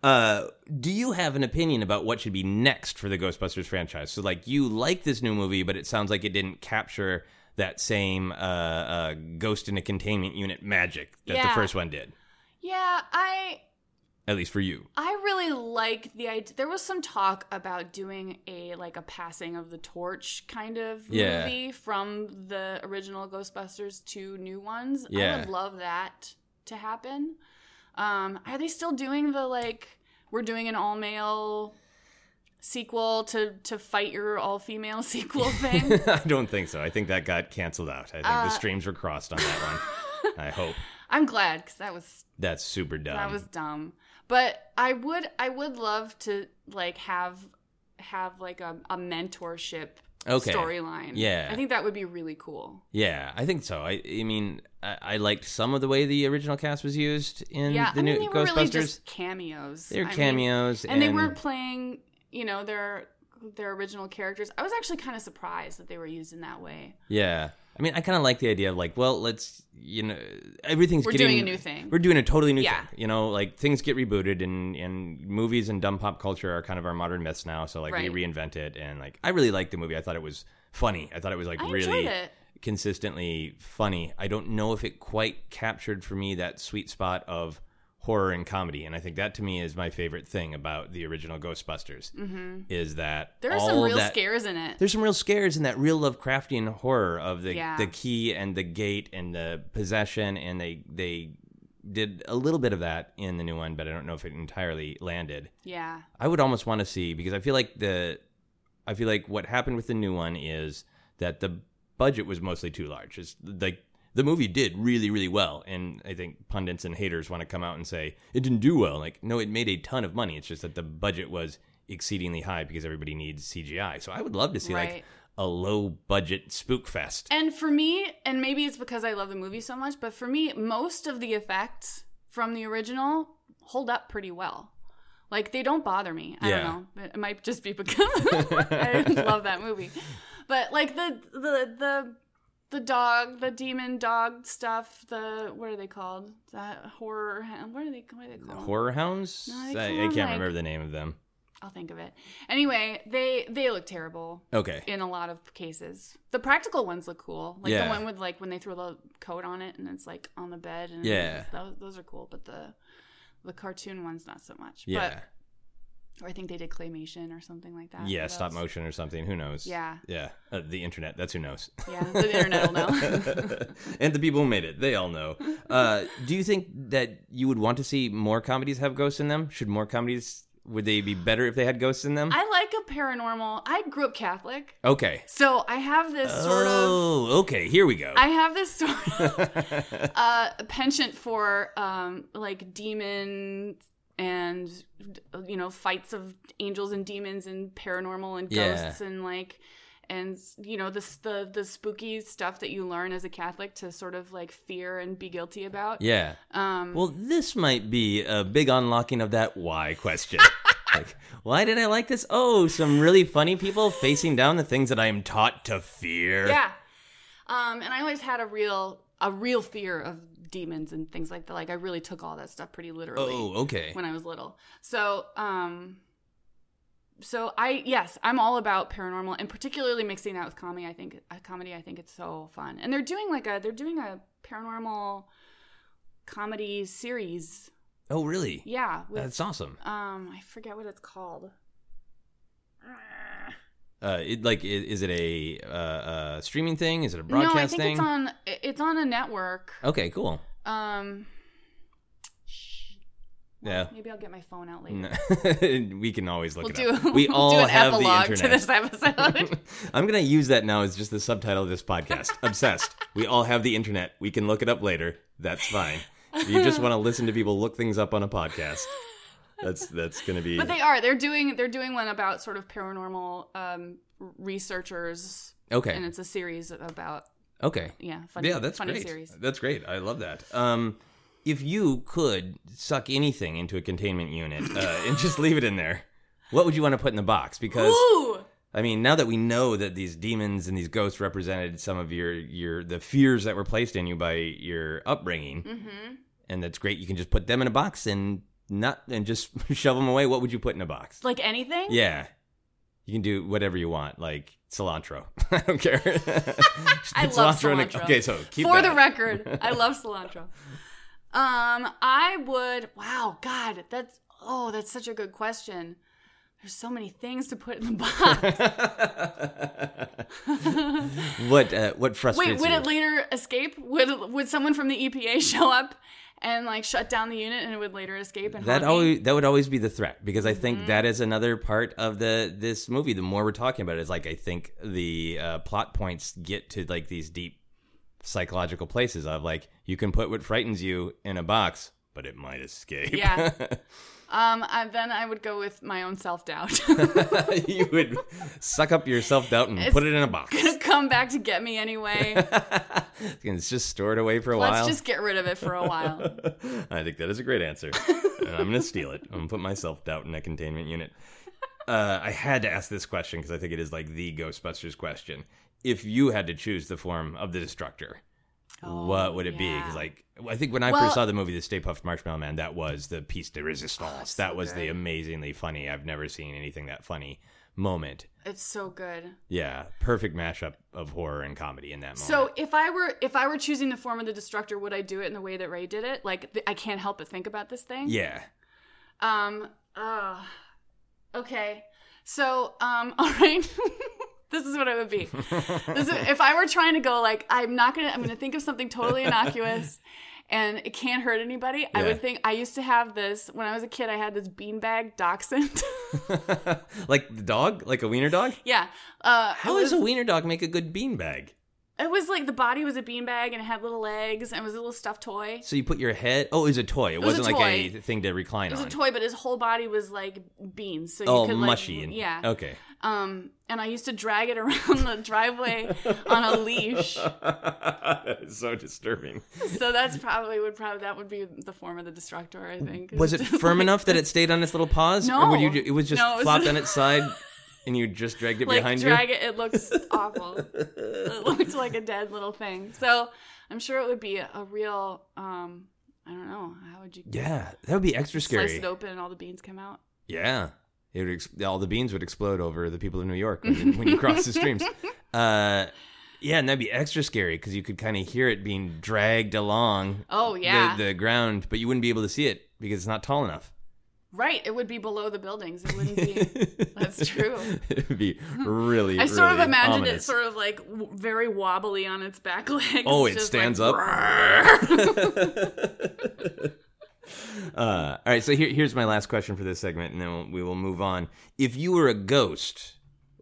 Uh, do you have an opinion about what should be next for the Ghostbusters franchise? So, like, you like this new movie, but it sounds like it didn't capture that same uh, uh, ghost in a containment unit magic that the
Yeah.
first one did,
Yeah, I
at least for you.
I really like the idea. There was some talk about doing a like a passing of the torch kind of
Yeah.
movie from the original Ghostbusters to new ones. I
Yeah.
would love that to happen. Um, are they still doing the like we're doing an all male sequel to to fight your all female sequel thing?
I don't think so. I think that got canceled out. I think
Uh,
the streams were crossed on that one. I hope
I'm glad because that was
that's super dumb.
that was dumb. But I would I would love to like have have like a, a mentorship
Okay.
storyline.
Yeah.
I think that would be really cool.
yeah, I think so. I, I mean, I, I liked some of the way the original cast was used in
yeah,
the
I mean
new
they were
Ghostbusters.
really just cameos.
they were
I mean,
cameos,
and, they weren't playing, you know, their their original characters. I was actually kind of surprised that they were used in that way.
Yeah. I mean, I kind of like the idea of like, well, let's, you know, everything's
We're
getting
doing a new thing.
We're doing a totally new
Yeah.
thing. You know, like things get rebooted and and movies and dumb pop culture are kind of our modern myths now. So like we
Right.
reinvent it and like I really liked the movie. I thought it was funny. I thought it was like
I
really
enjoyed it.
consistently funny. I don't know if it quite captured for me that sweet spot of horror and comedy, and I think that to me is my favorite thing about the original Ghostbusters is that
Mm-hmm. There are
all
some real
that,
scares in it.
there's some real scares in that real Lovecraftian horror of the
Yeah.
the key and the gate and the possession, and they they did a little bit of that in the new one, but I don't know if it entirely landed.
Yeah.
I would almost want to see because I feel like the I feel like what happened with the new one is that the budget was mostly too large. It's like the movie did really really well, and I think pundits and haters want to come out and say it didn't do well. Like no, it made a ton of money. It's just that the budget was exceedingly high because everybody needs CGI. So I would love to see like
Right.
a low budget spook fest.
And for me, and maybe it's because I love the movie so much, but for me, most of the effects from the original hold up pretty well. Like they don't bother me. I
Yeah.
don't know. It might just be because I love that movie. But like the the the the dog, the demon dog stuff, the what are they called? That horror what are they what are they called?
Horror hounds?
No, they
I, I can't
call them, like-
remember the name of them.
I'll think of it. Anyway, they they look terrible.
Okay.
in a lot of cases. The practical ones look cool. Like
Yeah.
the one with like when they throw the coat on it and it's like on the bed and
Yeah.
those, those are cool, but the the cartoon ones not so much.
Yeah.
But or I think they did claymation or something like that.
yeah,
for
stop
those.
motion or something. Who knows?
Yeah.
Yeah. Uh, the internet. That's who knows.
Yeah, the internet will know.
and the people who made it, they all know. Uh, do you think that you would want to see more comedies have ghosts in them? Should more comedies would they be better if they had ghosts in them?
I like a paranormal. I grew up Catholic.
okay.
So I have this sort of
oh, okay. Here we go.
I have this sort of uh, penchant for um, like demon and you know fights of angels and demons and paranormal and
Yeah.
ghosts and like and you know the, the the spooky stuff that you learn as a Catholic to sort of like fear and be guilty about.
yeah.
Um,
Well, this might be a big unlocking of that why question. like, why did I like this? Oh, some really funny people facing down the things that I am taught to fear.
yeah. Um, and I always had a real a real fear of demons and things like that. Like I really took all that stuff pretty literally.
Oh, okay.
when I was little. So, um so I yes, I'm all about paranormal and particularly mixing that with comedy. I think uh, comedy I think it's so fun. And they're doing like a they're doing a paranormal comedy series.
Oh, really?
Yeah, with
That's awesome.
um I forget what it's called.
Uh, it, like, i- is it a uh, uh, streaming thing? Is it a broadcast
no, I think
thing?
it's on it's on a network.
Okay, cool.
Um shh.
Yeah.
Maybe I'll get my phone out later.
No. we can always look
We'll
it up.
do
we
we'll
all
do an
have
epilogue
the internet.
to this episode.
I'm gonna use that now as just the subtitle of this podcast. Obsessed. We all have the internet. We can look it up later. That's fine. If you just want to listen to people look things up on a podcast, that's that's gonna be.
But they are. They're doing. They're doing one about sort of paranormal um, researchers, and
okay.
it's a series about
Okay.
yeah, funny,
yeah, that's
funny
great.
series.
That's great. I love that. Um, if you could suck anything into a containment unit uh, and just leave it in there, what would you want to put in the box? Because
Ooh,
I mean, now that we know that these demons and these ghosts represented some of your your the fears that were placed in you by your upbringing,
Mm-hmm.
and that's great. You can just put them in a box and not and just shove them away. What would you put in a box?
like anything.
Yeah, you can do whatever you want, like cilantro. I don't care. Just
I
put
love
in a-
cilantro.
okay, so keep
For
that.
the record, I love cilantro. Um, I would. Wow, God, that's oh, that's such a good question. There's so many things to put in the box.
what uh, what frustrates
Wait, would
you?
it later escape? Would would someone from the EPA show up and like shut down the unit, and it would later escape? And
That
haunt me?
always that would always be the threat because I think that
Mm-hmm.
is another part of the this movie. The more we're talking about it, is like I think the uh, plot points get to like these deep psychological places of like you can put what frightens you in a box, but it might escape.
Yeah. Um, I, then I would go with my own self doubt.
you would suck up your self doubt and put it in a box.
Come back to get me anyway.
it's just store it away for a while.
Let's just get rid of it for a while.
I think that is a great answer. and I'm going to steal it. I'm going to put myself doubt in a containment unit. Uh, I had to ask this question because I think it is like the Ghostbusters question. If you had to choose the form of the destructor, what would it be? 'Cause be?
Oh, yeah.
Because like I think when I
Well-
first saw the movie The Stay Puft Marshmallow Man, that was the piece de
Oh,
resistance. that was the amazingly funny. I've never seen anything that funny moment.
It's so good.
Yeah, perfect mashup of horror and comedy in that moment.
So if I were if I were choosing the form of the destructor, would I do it in the way that Ray did it? Like th- I can't help but think about this thing.
yeah,
Um. Uh, okay. So um. All right. this is what it would be. This is, if I were trying to go like I'm not gonna I'm gonna think of something totally innocuous. And it can't hurt anybody. I
Yeah.
would think I used to have this when I was a kid. I had this beanbag dachshund.
like the dog, like a wiener dog.
yeah. Uh,
How does a wiener dog make a good beanbag?
It was like the body was a beanbag and it had little legs and it was a little stuffed toy.
So you put your head. Oh, it was a toy. It,
was a
wasn't like
toy.
a thing to recline
It was
on.
a toy, but his whole body was like beans. So you
oh,
could like,
mushy. and,
yeah.
Okay.
Um, and I used to drag it around the driveway on a leash.
so disturbing.
So that's probably would probably that would be the form of the destructor. I think.
Was it
just
firm
like-
enough that it stayed on its little paws? Or
No.
would you ju- it was just
No, it was-
flopped on its side and you just dragged it
Like
behind
drag it. It looks awful. It looked like a dead little thing. So I'm sure it would be a, a real. Um, I don't know. How would you
you? Yeah. That would be extra
slice
scary.
it open and all the beans come out?
Yeah. It would ex- all the beans would explode over the people of New York when you, when you cross the streams. Uh, yeah, and that'd be extra scary because you could kind of hear it being dragged along
Oh yeah.
the, the ground, but you wouldn't be able to see it because it's not tall enough.
Right, it would be below the buildings. It wouldn't be. That's true.
it would be really.
I sort of
really
imagined
ominous.
it sort of like w- very wobbly on its back legs.
Oh, it
just
stands
like,
up. uh, all right, so here, here's my last question for this segment, and then we'll, we will move on. If you were a ghost,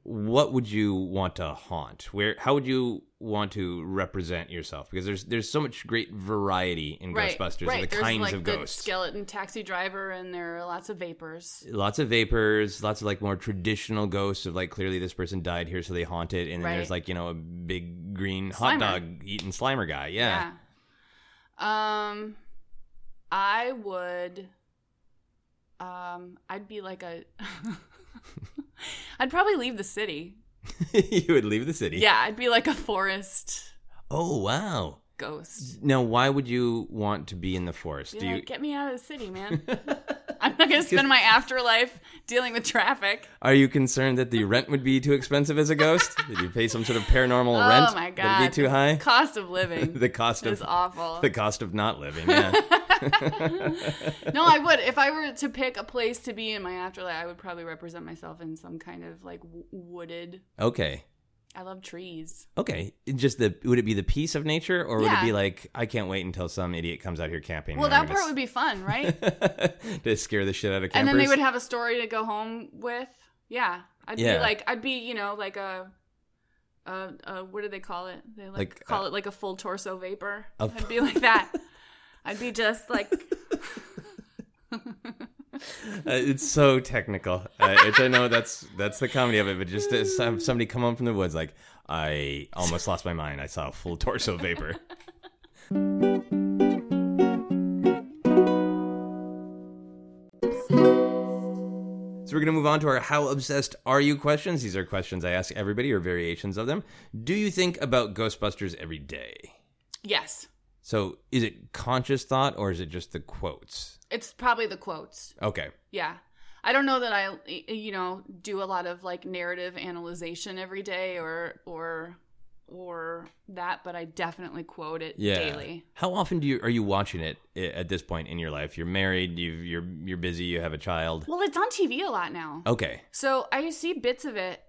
what would you want to haunt? Where? How would you want to represent yourself? Because there's there's so much great variety in
Right,
Ghostbusters
right.
of the
There's
kinds
like
of
the
ghosts.
skeleton taxi driver, and there are lots of vapors.
lots of vapors, lots of like more traditional ghosts of like clearly this person died here, so they haunt it, and then
Right.
there's like you know a big green
Slimer.
hot dog eating Slimer guy. Yeah.
Yeah. Um, I would. Um, I'd be like a. I'd probably leave the city.
you would leave the city.
Yeah, I'd be like a forest
Oh wow.
ghost.
Now, why would you want to be in the forest?
Be
Do
like,
you
get me out of the city, man. I'm not gonna spend my afterlife dealing with traffic.
are you concerned that the rent would be too expensive as a ghost? Did you pay some sort of paranormal
Oh
rent?
my
that
god,
would be too
the
high.
Cost of living.
the cost
is
of
awful.
the cost of not living. Yeah.
no, I would. If I were to pick a place to be in my afterlife, I would probably represent myself in some kind of like w- wooded.
okay.
I love trees.
Okay. It Just the would it be the peace of nature, or would
Yeah.
it be like I can't wait until some idiot comes out here camping?
Well, that part would be fun, right?
would be to scare the shit out of campers.
and then they would have a story to go home with. Yeah, I'd
Yeah.
be like, I'd be, you know, like a, a, a what do they call it? They like,
Like, uh,
call it like a full torso vapor.
a-
I'd be like that. I'd be just like,
Uh, it's so technical, uh, which I know that's that's the comedy of it. But just to have somebody come home from the woods, like I almost lost my mind. I saw a full torso vapor. So we're going to move on to our how obsessed are you questions. These are questions I ask everybody or variations of them. Do you think about Ghostbusters every day?
yes,
So is it conscious thought or is it just the quotes?
it's probably the quotes.
Okay.
Yeah. I don't know that I y- you know do a lot of like narrative analyzation every day or or or that, but I definitely quote it daily.
How often do you are you watching it i- at this point in your life? You're married, you've, you're you're busy, you have a child.
Well, it's on TV a lot now.
Okay,
So I see bits of it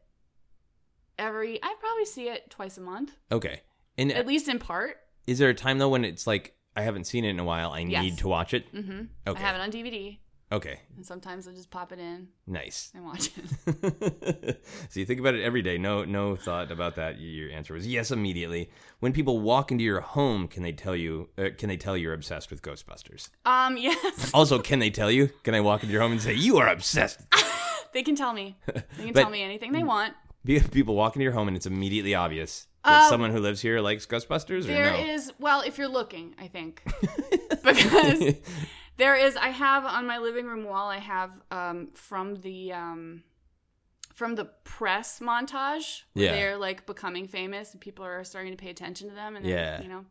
every I probably see it twice a month,
okay. And
at least in part.
is there a time though when it's like I haven't seen it in a while, I
Yes.
need to watch it?
Mm-hmm.
Okay,
I have it on DVD,
okay,
and sometimes I just pop it in
nice.
and watch it.
so you think about it every day. No, no thought about that. Your answer was yes immediately. When people walk into your home, can they tell you? Uh, can they tell you're obsessed with Ghostbusters?
Um, yes,
Also, can they tell you? Can I walk into your home and say you are obsessed?
they can tell me. They can
But-
tell me anything they want.
Be- People walk into your home and it's immediately obvious that
Uh,
someone who lives here likes Ghostbusters or
There
no?
is, well, if you're looking, I think. because there is I have on my living room wall I have um from the um from the press montage where
Yeah.
they're like becoming famous and people are starting to pay attention to them and
Yeah.
yeah. you know.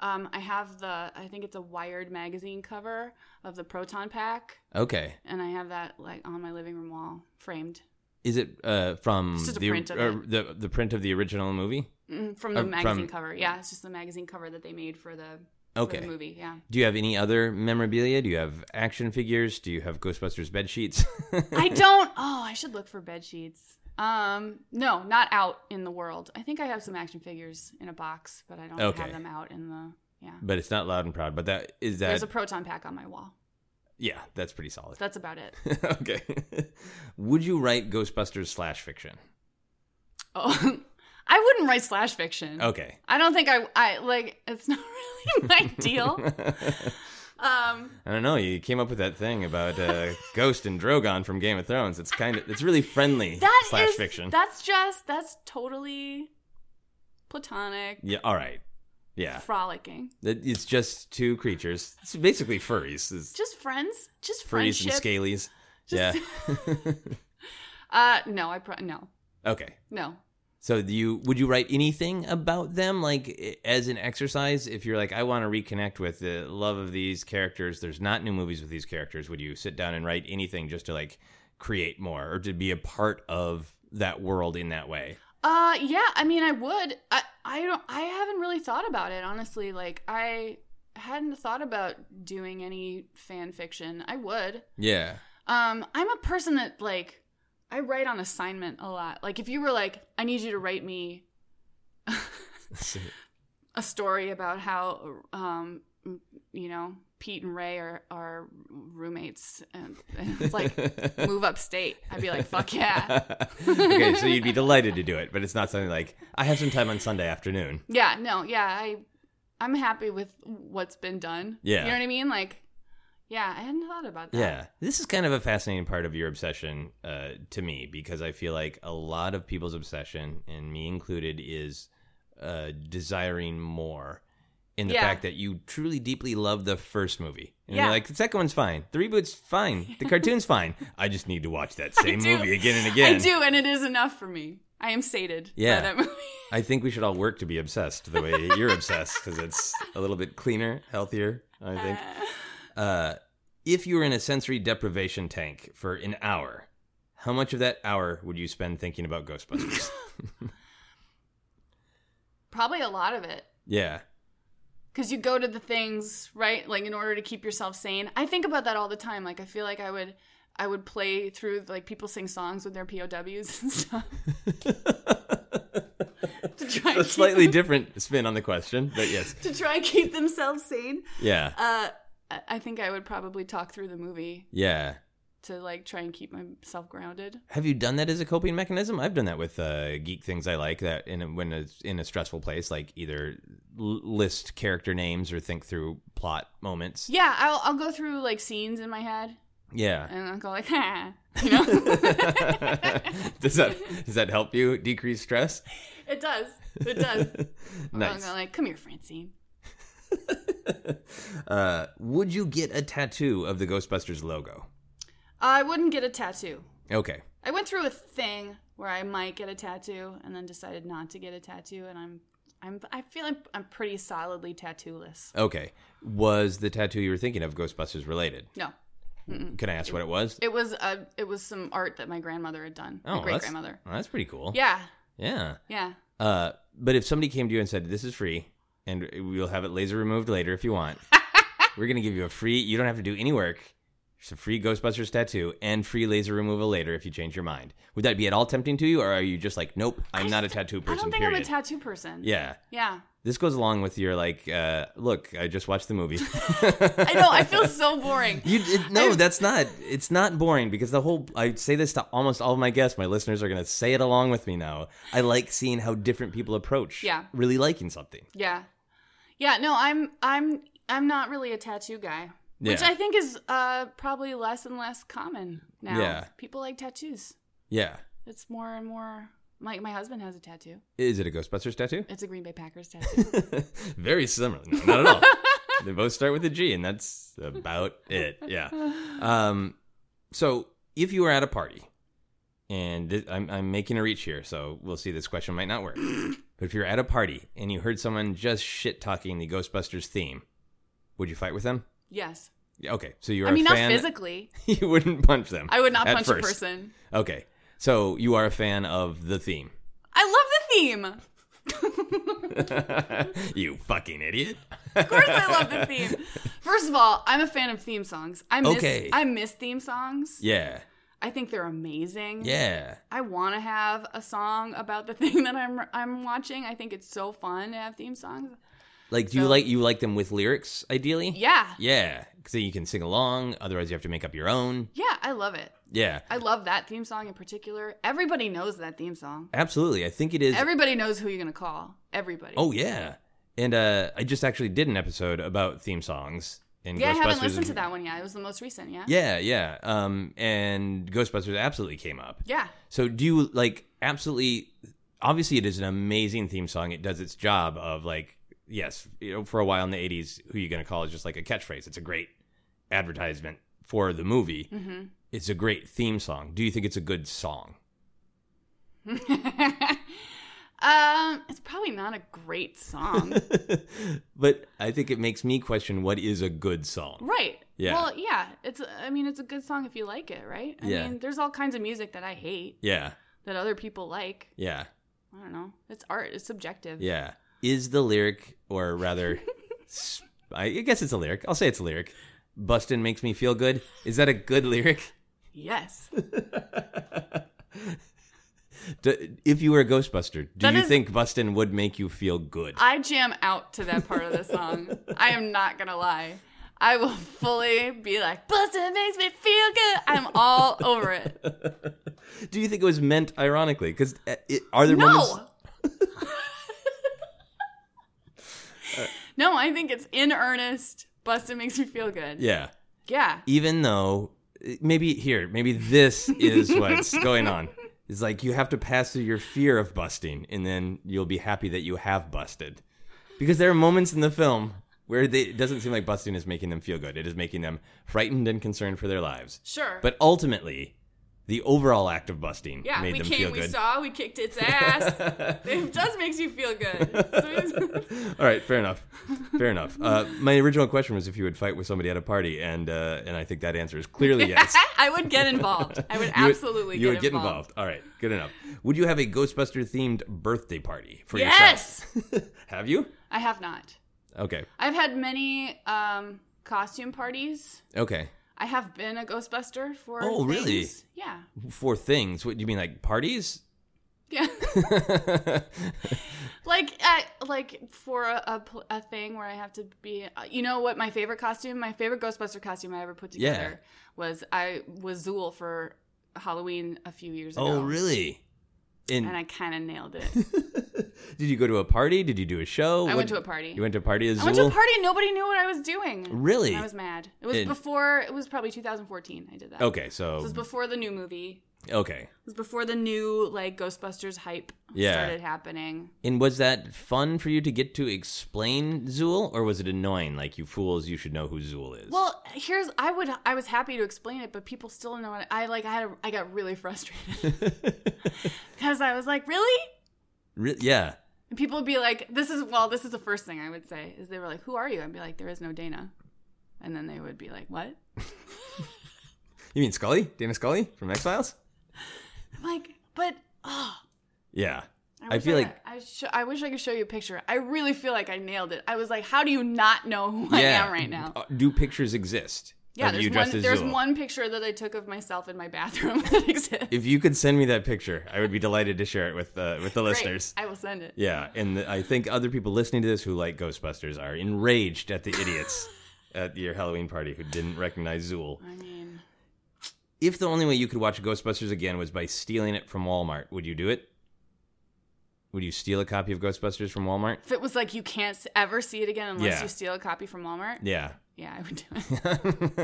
Um I have the I think it's a Wired magazine cover of the Proton Pack
okay.
and I have that like on my living room wall framed
Is it uh, from
It's just a
the,
print of
or
it.
the the print of the original movie?
Mm, from the
Uh, from-
magazine cover. Yeah, it's just the magazine cover that they made for the for the
Okay.
movie, yeah.
Do you have any other memorabilia? Do you have action figures? Do you have Ghostbusters bed sheets?
I don't. Oh, I should look for bed sheets. Um, no, not out in the world. I think I have some action figures in a box, but I don't
Okay.
have them out in the. Yeah,
but it's not loud and proud. But that is that.
there's a proton pack on my wall.
yeah, that's pretty solid.
That's about it.
okay. Would you write Ghostbusters slash fiction?
Oh, I wouldn't write slash fiction.
Okay.
I don't think I, I like it's not really my deal. um,
I don't know. You came up with that thing about uh, Ghost and Drogon from Game of Thrones. It's kind of it's really friendly
that is
slash fiction.
That's just that's totally platonic,
yeah. All right. Yeah.
frolicking.
It- It's just two creatures. It's basically furries. It's
Just friends, just
furries
friendship.
and scalies.
Just-
yeah.
Uh, no, I pro- no,
okay.
no.
So do you would you write anything about them like i- as an exercise if you're like I want to reconnect with the love of these characters there's not new movies with these characters would you sit down and write anything just to like create more or to be a part of that world in that way
Uh, yeah. I mean, I would. I, I don't. I haven't really thought about it honestly. Like, I hadn't thought about doing any fan fiction. I would.
Yeah
Um, I'm a person that like I write on assignment a lot. Like, if you were like, I need you to write me a story about how um you know Pete and Ray are are roommates and, and it's like move upstate. I'd be like, fuck yeah.
okay so you'd be delighted to do it but it's not something like I have some time on Sunday afternoon
Yeah, no, yeah, I I'm happy with what's been done.
Yeah.
You know what I mean? Like yeah, I hadn't thought about that.
Yeah. This is kind of a fascinating part of your obsession uh, to me because I feel like a lot of people's obsession, and me included, is uh, desiring more. In the
Yeah.
fact that you truly deeply love the first movie. And
Yeah.
you're like, the second one's fine. The reboot's fine. The cartoon's fine. I just need to watch that same
do.
movie again and again.
I do, and it is enough for me. I am sated
Yeah.
by that movie.
I think we should all work to be obsessed the way you're obsessed because it's a little bit cleaner, healthier, I think. Uh, if you were in a sensory deprivation tank for an hour, how much of that hour would you spend thinking about Ghostbusters?
Probably a lot of it.
yeah.
because you go to the things right like in order to keep yourself sane i think about that all the time like i feel like i would i would play through like people sing songs with their pows and stuff to try
A
and
slightly
keep,
different spin on the question, but yes.
to try and keep themselves sane
Yeah.
uh I- i think i would probably talk through the movie
Yeah.
to like try and keep myself grounded
Have you done that as a coping mechanism? I've done that with uh, geek things I like that in a, when it's in a stressful place, like either l- list character names or think through plot moments.
yeah i'll, I'll go through like scenes in my head
Yeah.
and i'll go like ha you know
does that does that help you decrease stress?
it does it does i'll
Nice.
go like come here francine
Uh, would you get a tattoo of the Ghostbusters logo?
i wouldn't get a tattoo
Okay.
I went through a thing where I might get a tattoo and then decided not to get a tattoo and I'm I'm I feel like I'm pretty solidly tattooless.
Okay. Was the tattoo you were thinking of Ghostbusters related?
No.
Can I ask what it was?
Mm. It was a it was some art that my grandmother had done.
Oh,
my
that's-
great grandmother.
oh, that's pretty cool.
Yeah.
Yeah.
Yeah.
Uh, but if somebody came to you and said, "This is free, and we'll have it laser removed later if you want," we're gonna give you a free. You don't have to do any work. It's a free Ghostbusters tattoo and free laser removal later if you change your mind. Would that be at all tempting to you, or are you just like, "Nope, I'm not a tattoo person."
I don't think
period.
I'm a tattoo person.
yeah.
Yeah.
This goes along with your like, uh, look, I just watched the movie.
I know, I feel so boring.
You it, no, that's not. It's not boring because the whole. I say this to almost all of my guests. My listeners are gonna say it along with me now. I like seeing how different people approach.
Yeah.
really liking something.
Yeah. Yeah, no, I'm I'm I'm not really a tattoo guy. Which
Yeah.
I think is uh probably less and less common now.
Yeah.
People like tattoos.
Yeah.
It's more and more like my husband has a tattoo.
Is it a Ghostbusters tattoo?
It's a Green Bay Packers tattoo.
Very similar. No, not at all. they both start with a G, and that's about it. Yeah. Um, so if you were at a party, and thi- I'm, I'm making a reach here, so we'll see. This question might not work. But if you're at a party and you heard someone just shit talking the Ghostbusters theme, would you fight with them?
yes.
Yeah, Okay, so you're
I mean,
a
not
fan.
physically.
you wouldn't punch them.
I would not
at
punch a
first.
person.
Okay, so you are a fan of the theme.
I love the theme. Of
you fucking idiot.
course, I love the theme. First of all, I'm a fan of theme songs. I miss,
Okay.
I miss theme songs.
Yeah.
I think they're amazing.
Yeah.
I want to have a song about the thing that I'm I'm watching. I think it's so fun to have theme songs.
Like do you
So-
like you like them with lyrics ideally?
Yeah.
Yeah. So you can sing along, otherwise you have to make up your own.
Yeah, I love it.
Yeah,
I love that theme song in particular. Everybody knows that theme song.
absolutely. I think it is.
Everybody knows who you're gonna call. Everybody.
oh yeah, and uh, I just actually did an episode about theme songs. And
yeah.
Ghostbusters
I haven't listened
is-
to that one yet. It was the most recent. Yeah.
Yeah, yeah. Um, and Ghostbusters absolutely came up.
Yeah.
So do you like absolutely? Obviously, it is an amazing theme song. It does its job of like, yes, you know, for a while in the '80s, who you gonna call is just like a catchphrase. It's a great advertisement for the movie.
Mm-hmm.
It's a great theme song. Do you think it's a good song?
um, it's probably not a great song.
but I think it makes me question what is a good song.
right.
Yeah.
Well, yeah. It's. I mean, it's a good song if you like it, right? I
Yeah.
mean, there's all kinds of music that I hate
Yeah,
that other people like.
yeah,
I don't know. It's art. It's subjective.
yeah. Is the lyric, or rather, sp- I I guess it's a lyric. I'll say it's a lyric. Bustin' makes me feel good. Is that a good lyric?
Yes.
Do, if you were a Ghostbuster, do
That
you
is-
think Bustin would make you feel good?
I jam out to that part of the song. I am not gonna lie. I will fully be like, Bustin makes me feel good. I'm all over it.
do you think it was meant ironically? Because are there moments?
No. no, I think it's in earnest. Bustin makes me feel good.
Yeah.
Yeah.
Even though uh, maybe here, maybe this is what's going on. It's like you have to pass through your fear of busting, and then you'll be happy that you have busted. Because there are moments in the film where they, it doesn't seem like busting is making them feel good. It is making them frightened and concerned for their lives.
Sure.
But ultimately, the overall act of busting
yeah,
made
we
them
came,
feel
we
good.
saw, we kicked its ass. it does makes you feel good. So it's-
All right, fair enough. Fair enough. Uh, my original question was if you would fight with somebody at a party, and uh, and I think that answer is clearly yes.
I would get involved. I would
You would-
absolutely
you would
get involved.
All right, good enough. Would you have a Ghostbuster themed birthday party for
Yes.
yourself? have you?
I have not.
Okay.
I've had many um, costume parties.
Okay.
I have been a Ghostbuster for.
Oh, really?
things. Yeah.
For things, what do you mean, like parties? Oh,
Yeah. like, at, like for a, a, pl- a thing where I have to be. uh, You know what? My favorite costume, my favorite Ghostbuster costume I ever put
Yeah.
together was I was Zool for Halloween a few years ago.
oh, really? And,
And I kind of nailed it.
did you go to a party? Did you do a show?
I
What-
went to a party.
You went to a party as
I went to a party and nobody knew what I was doing.
Really?
And I was mad. It was
And-
before. It was probably 2014. I did that.
Okay,
This
so
was before the new movie.
okay.
It was before the new like Ghostbusters hype
Yeah.
started happening.
And was that fun for you to get to explain Zool, or was it annoying? Like you fools, you should know who Zool is.
Well, here's I would I was happy to explain it, but people still know it. I like I had a, I got really frustrated because I was like, really?
Re- yeah,
And people would be like, this is well, this is the first thing I would say is they were like, who are you? I'd be like, there is no Dana, and then they would be like, what?
you mean Scully, Dana Scully from X Files?
I'm like, but oh,
Yeah,
I,
I
wish
feel
I
like-
could- I, sho- I wish I could show you a picture. I really feel like I nailed it. I was like, how do you not know who I
yeah.
am Oh, right now?
Uh, Do pictures exist?
Yeah,
of you
there's
dressed
one.
as
There's
Zool?
one picture that I took of myself in my bathroom that exists.
If you could send me that picture, I would be delighted to share it with uh, with the listeners.
I will send it.
Yeah, and I think other people listening to this who like Ghostbusters are enraged at the idiots at your Halloween party who didn't recognize Zool.
I mean,
If the only way you could watch Ghostbusters again was by stealing it from Walmart, would you do it? Would you steal a copy of Ghostbusters from Walmart?
if it was like you can't s- ever see it again unless
Yeah.
you steal a copy from Walmart,
Yeah.
yeah, I would do it.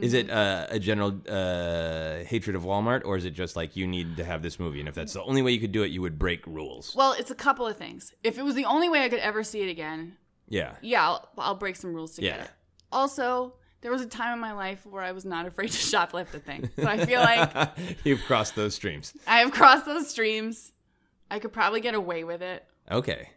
is it uh, a general uh, hatred of Walmart, or is it just like you need to have this movie? And if that's the only way you could do it, you would break rules.
Well, it's a couple of things. If it was the only way I could ever see it again,
Yeah.
yeah, I'll, I'll break some rules to
Yeah.
get it. Also, there was a time in my life where I was not afraid to shoplift a thing, so I feel like
You've crossed those streams.
I have crossed those streams. I could probably get away with it,
Okay.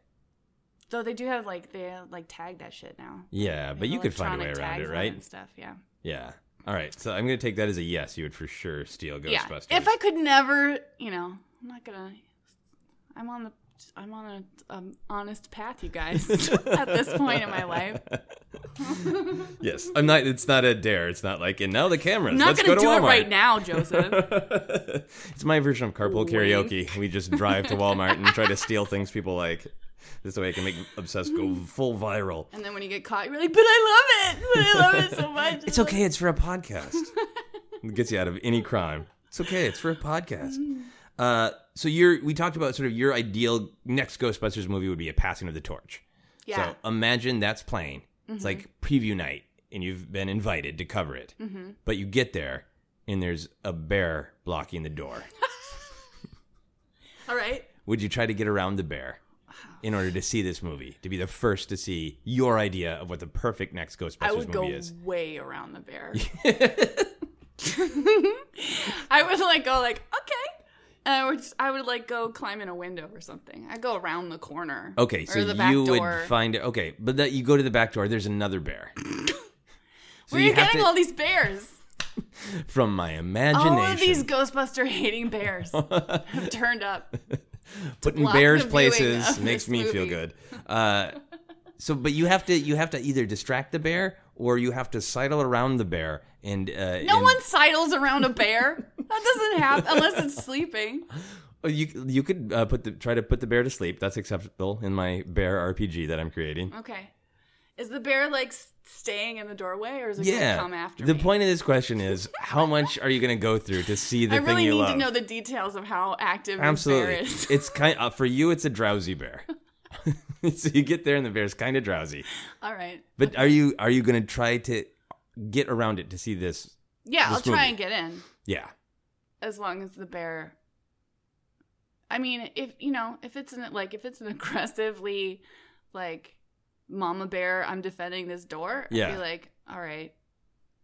though. They do have like they like tag that shit now.
Yeah,
They
but
have
you could find a way
electronic
around
tags
it,
on
right?
And stuff, yeah.
Yeah. All right. So I'm going to take that as a yes. You would for sure steal Ghostbusters.
If I could never, you know, I'm not gonna. I'm on the. I'm on a um, honest path, you guys. at this point in my life,
yes. I'm not. It's not a dare. It's not like, and now the cameras.
I'm not
Let's go
gonna
to
do
Walmart.
it right now, Joseph.
it's my version of carpool
Wink.
karaoke. We just drive to Walmart and try to steal things people like. This way, I can make obsessed go full viral.
and then when you get caught, you're like, "But I love it! But I love it so much."
It's okay. It's for a podcast. gets you out of any crime. It's okay. It's for a podcast. Uh, so you're we talked about sort of your ideal next Ghostbusters movie would be a passing of the torch.
Yeah.
So imagine that's playing. It's like preview night, and you've been invited to cover it. But you get there, and there's a bear blocking the door.
All right.
Would you try to get around the bear in order to see this movie? To be the first to see your idea of what the perfect next Ghostbusters
I would
movie
go
is?
way around the bear. I would like go like okay, and I would I would like go climb in a window or something. I go around the corner.
Okay,
or
so
the back
you
door.
would find it. Okay, but that you go to the back door. There's another bear. so
Where are you
have
getting
to-
all these bears?
from my imagination.
All of these Ghostbuster hating bears have turned up.
putting
block
bears
the viewing
places
of
makes
this
me feel
movie.
good. Uh, so, but you have to you have to either distract the bear or you have to sidle around the bear and uh,
No
and-
one sidles around a bear. That doesn't happen unless it's sleeping.
Oh, You you could uh, put the try to put the bear to sleep. That's acceptable in my bear RPG that I'm creating.
Okay. Is the bear like s- staying in the doorway or is it
Yeah.
gonna come after
the
me?
point of this question is how much are you going to go through to see the
I
thing
really
you
need
love?
to know the details of how active
Absolutely.
this bear is.
it's kind uh, for you. It's a drowsy bear. so you get there and the bear's kind of drowsy.
All right.
But are you are you going to try to get around it to see this?
Yeah, I'll
This
try
movie.
and get in
Yeah.
as long as the bear. I mean, if you know, if it's an like if it's an aggressively like mama bear, I'm defending this door. I'd
Yeah.
be like, all right,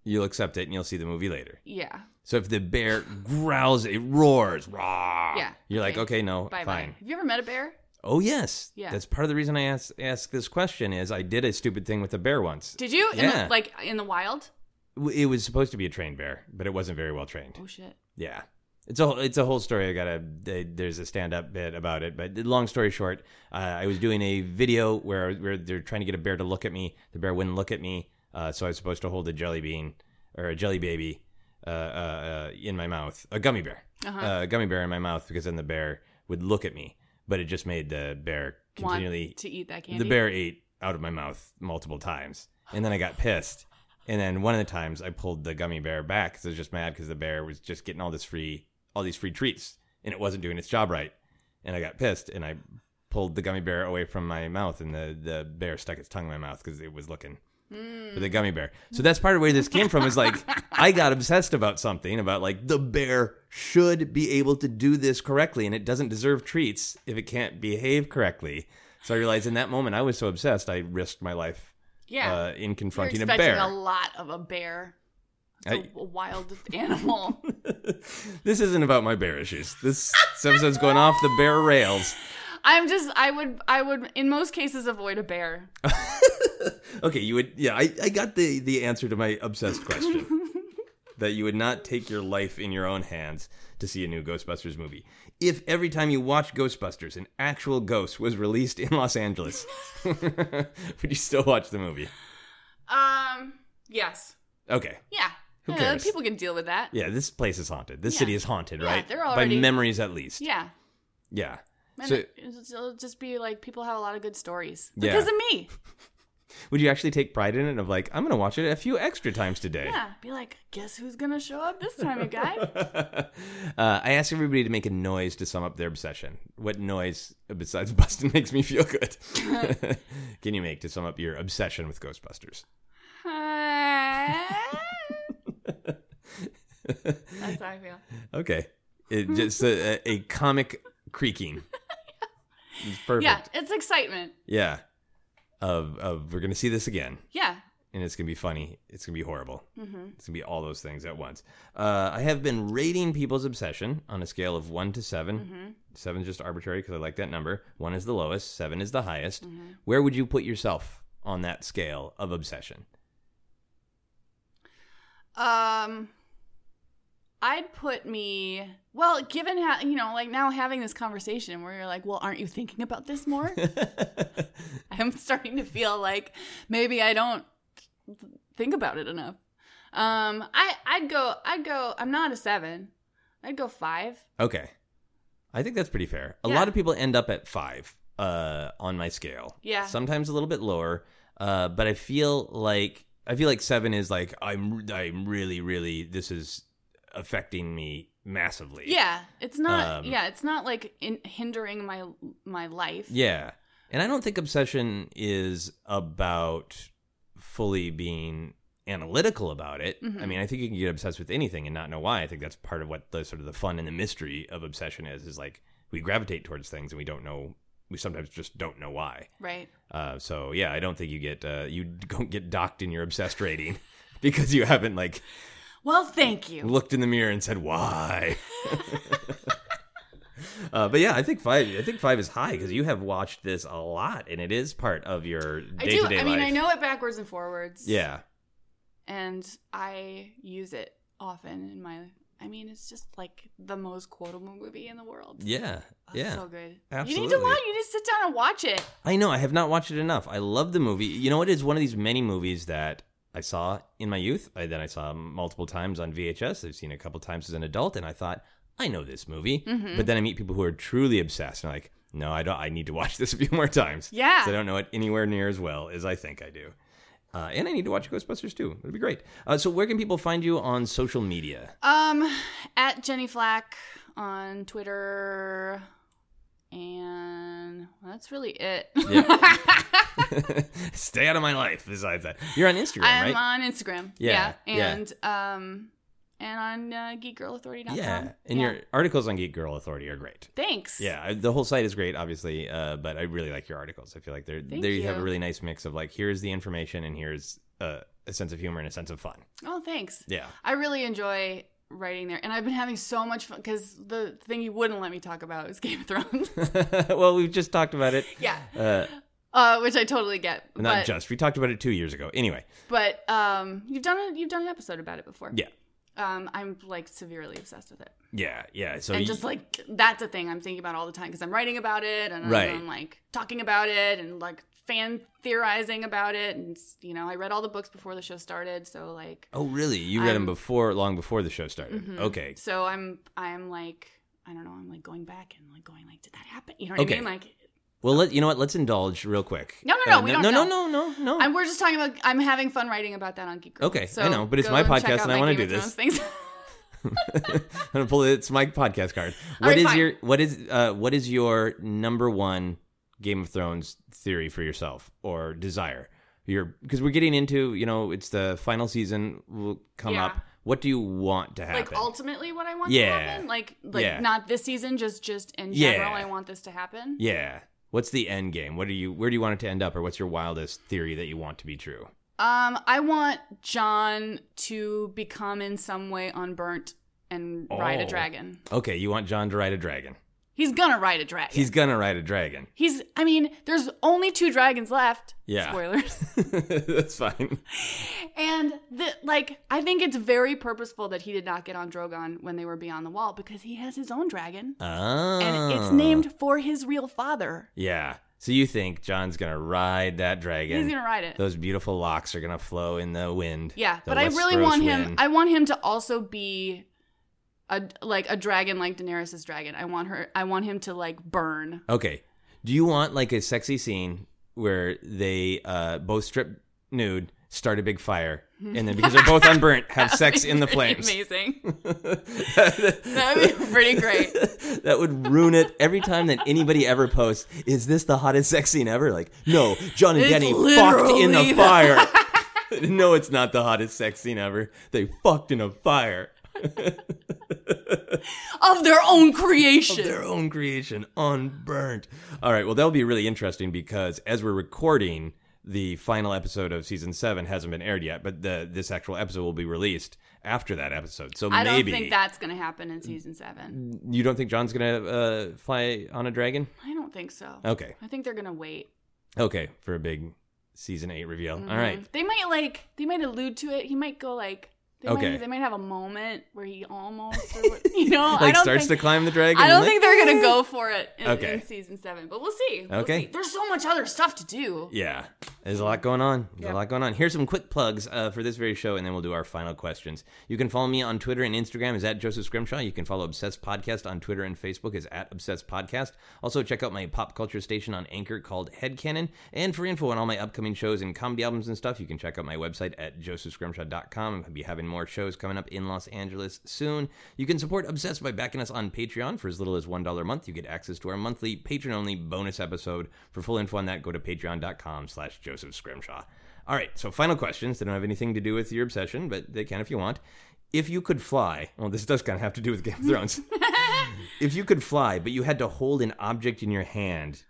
You'll accept it and you'll see the movie later.
yeah,
So if the bear growls, it roars, rah.
Yeah,
You're like,
okay.
okay, no,
bye bye.
fine.
Have you ever met a bear?
Oh yes.
Yeah.
That's part of the reason I asked asked this question is I did a stupid thing with a bear once.
Did you? In
Yeah.
the, like in the wild?
W- It was supposed to be a trained bear, but it wasn't very well trained.
Oh shit.
Yeah. It's a whole- it's a whole story. I got a they- there's a stand up bit about it, but long story short, uh, I was doing a video where where they're trying to get a bear to look at me. The bear wouldn't look at me, uh, so I was supposed to hold a jelly bean or a jelly baby uh, uh, uh, in my mouth, a gummy bear,
Uh-huh.
a gummy bear in my mouth, because then the bear would look at me. But it just made the bear continually
Want to eat that candy?
the bear ate out of my mouth multiple times, and then I got pissed. And then one of the times I pulled the gummy bear back because I was just mad because the bear was just getting all this free, all these free treats, and it wasn't doing its job right. And I got pissed, and I pulled the gummy bear away from my mouth, and the the bear stuck its tongue in my mouth because it was looking for the gummy bear. So that's part of where this came from. Is like I got obsessed about something about like the bear should be able to do this correctly, and it doesn't deserve treats if it can't behave correctly. So I realized in that moment I was so obsessed, I risked my life
Yeah.
uh, in
You're
confronting a
expecting
bear.
a lot of a bear. It's a
I-
a wild animal.
this isn't about my bear issues. This episode's going off the bear rails.
I'm just I would I would in most cases avoid a bear.
Okay, you would. Yeah, I, I got the the answer to my obsessed question. That you would not take your life in your own hands to see a new Ghostbusters movie. If every time you watch Ghostbusters, an actual ghost was released in Los Angeles, would you still watch the movie?
Um yes.
Okay.
Yeah.
Who
Yeah,
cares?
people can deal with that.
Yeah, this place is haunted. This
Yeah.
city is haunted,
Yeah,
right?
they're already-
By memories, at least.
Yeah.
Yeah.
And
So-
it- it'll just be like people have a lot of good stories
Yeah.
because of me.
Would you actually take pride in it? Of like, I'm going to watch it a few extra times today.
Yeah, be like, guess who's gonna show up this time, you guys?
uh, I asked everybody to make a noise to sum up their obsession. What noise besides Bustin makes me feel good? Can you make to sum up your obsession with Ghostbusters?
That's how I feel.
Okay, it just uh, a, a- a comic creaking. It's perfect.
Yeah,
Yeah.
it's excitement.
Of of we're gonna see this again,
Yeah.
and it's gonna be funny. It's gonna be horrible.
hmm
It's gonna be all those things at once. Uh, I have been rating people's obsession on a scale of one to 7
Mm-hmm.
Seven's just arbitrary because I like that number. One is the lowest. Seven is the highest.
Mm-hmm.
Where would you put yourself on that scale of obsession?
Um, I'd put me well, given how you know, like now having this conversation where you're like, well, aren't you thinking about this more? I'm starting to feel like maybe I don't think about it enough. Um, I I'd go I'd go. I'm not a seven. I'd go five.
okay, I think that's pretty fair. A
Yeah.
lot of people end up at five uh, on my scale.
Yeah.
sometimes a little bit lower. Uh, but I feel like I feel like seven is like I'm I'm really really this is affecting me massively.
Yeah, it's not.
Um,
yeah, it's not like in, hindering my my life.
Yeah. And I don't think obsession is about fully being analytical about it.
Mhm.
I mean, I think you can get obsessed with anything and not know why. I think that's part of what the sort of the fun and the mystery of obsession is is like we gravitate towards things and we don't know we sometimes just don't know why.
Right.
Uh, so yeah, I don't think you get uh, you don't get docked in your obsessed rating because you haven't like
Well, thank you.
looked in the mirror and said why. uh, but yeah, I think five. I think five is high because you have watched this a lot, and it is part of your
I
day
do.
to
I
day life.
mean, I know it backwards and forwards.
Yeah,
And I use it often in my. I mean, it's just like the most quotable movie in the world.
yeah,
Oh,
yeah.
So good. You need
Absolutely.
to watch. You need to sit down and watch it.
I know. I have not watched it enough. I love the movie. You know, it is one of these many movies that I saw in my youth. I, then I saw multiple times on VHS. I've seen it a couple times as an adult, and I thought I know this movie.
Mm-hmm.
But then I meet people who are truly obsessed, and like, no, I don't. I need to watch this a few more times.
Yeah.
'Cause I don't know it anywhere near as well as I think I do. Uh, and I need to watch Ghostbusters too. It'd be great. Uh, so, where can people find you on social media?
Um, at Jenny Flack on Twitter, and well, that's really it.
Stay out of my life. Besides that, you're on Instagram, right?
I'm on Instagram.
Yeah, yeah.
and um, and on uh, geekgirlauthority.com.
yeah, and your articles on Geek Girl Authority are great.
thanks.
Yeah, I- the whole site is great, obviously, uh, but I really like your articles. I feel like they're
Thank
they have a
you.
really nice mix of like here's the information and here's uh, a sense of humor and a sense of fun.
Oh, thanks.
Yeah,
I really enjoy writing there, and I've been having so much fun because the thing you wouldn't let me talk about is Game of Thrones.
well, we've just talked about it.
yeah.
Uh,
Uh, which I totally get.
not
but,
just we talked about it two years ago. Anyway,
But um, you've done a, you've done an episode about it before.
Yeah.
Um, I'm like severely obsessed with it,
yeah, yeah. So
and
you-
just like that's a thing I'm thinking about all the time because I'm writing about it and
Right.
I'm like talking about it and like fan theorizing about it, and you know I read all the books before the show started, so like
oh really? You read them
I'm-
before, long before the show started.
Mhm.
Okay,
so I'm I'm like I don't know I'm like going back and like going like did that happen? You know what
Okay.
I mean? Like
well let you know what? Let's indulge real quick.
No, no, no, we
no,
don't
no,
know.
no, no, no,
I'm, we're just talking about I'm having fun writing about that on Geek Girl.
Okay, I
so
know, but it's
go
my
and check
podcast
out
and I
my
wanna
Game
do
of
this.
Things.
I'm gonna pull it. It's my podcast card.
All
What
right,
is
fine.
your what is uh what is your number one Game of Thrones theory for yourself or desire? Your because we're getting into you know it's the final season will come
Yeah.
up. What do you want to happen?
like ultimately what I want
Yeah.
to happen. Like like
Yeah.
not this season, just just in
Yeah.
general I want this to happen.
yeah. What's the end game? What do you where do you want it to end up, or what's your wildest theory that you want to be true?
Um I want John to become in some way unburnt and ride a
Oh.
dragon.
Okay, you want John to ride a dragon.
He's gonna ride a dragon.
He's gonna ride a dragon.
He's I mean, there's only two dragons left.
Yeah.
Spoilers.
That's fine.
And the, like, I think it's very purposeful that he did not get on Drogon when they were beyond the wall because he has his own dragon,
Oh.
and it's named for his real father.
Yeah. So you think John's gonna ride that dragon?
He's gonna ride it.
those beautiful locks are gonna flow in the wind.
yeah,
The
but I really
Westeros
want him.
wind.
I want him to also be a like a dragon like Daenerys's dragon. I want her. I want him to like burn.
okay. Do you want like a sexy scene where they uh, both strip nude, start a big fire, and then because they're both unburnt, have sex in the
Pretty
flames?
Amazing.
that
That'd be pretty great.
that would ruin it every time that anybody ever posts. Is this the hottest sex scene ever? Like, no, John and
It's
Danny fucked in
literally
the
the-
fire. no, it's not the hottest sex scene ever. They fucked in a fire.
Of their own creation.
their own creation, unburnt. All right, well, that'll be really interesting because as we're recording, the final episode of season seven hasn't been aired yet, but the this actual episode will be released after that episode. So
I
maybe
don't think that's gonna happen in season seven.
you don't think John's gonna uh, fly on a dragon?
I don't think so.
Okay,
I think they're gonna wait.
okay, for a big season eight reveal.
Mm-hmm.
All right,
Um, They might like they might allude to it. He might go like they
Okay.
might they might have a moment where he almost or what, you know I
like
don't
starts
think,
to climb the dragon.
I don't
like-
think they're gonna go for it in,
Okay.
in season seven, but we'll see. We'll
Okay.
see. There's so much other stuff to do.
Yeah. There's a lot going on. There's a lot going on. Here's some quick plugs uh, for this very show, and then we'll do our final questions. You can follow me on Twitter and Instagram is at Joseph Scrimshaw. You can follow Obsessed Podcast on Twitter and Facebook is at Obsessed Podcast. Also, check out my pop culture station on Anchor called Headcanon. And for info on all my upcoming shows and comedy albums and stuff, you can check out my website at josephscrimshaw.com. I'll be having more shows coming up in Los Angeles soon. You can support Obsessed by backing us on Patreon for as little as $1 a month. You get access to our monthly patron-only bonus episode. For full info on that, go to patreon.com slash Joseph Scrimshaw. All right, so final questions. They don't have anything to do with your obsession, but they can if you want. If you could fly, well, this does kind of have to do with Game of Thrones. if you could fly, but you had to hold an object in your hand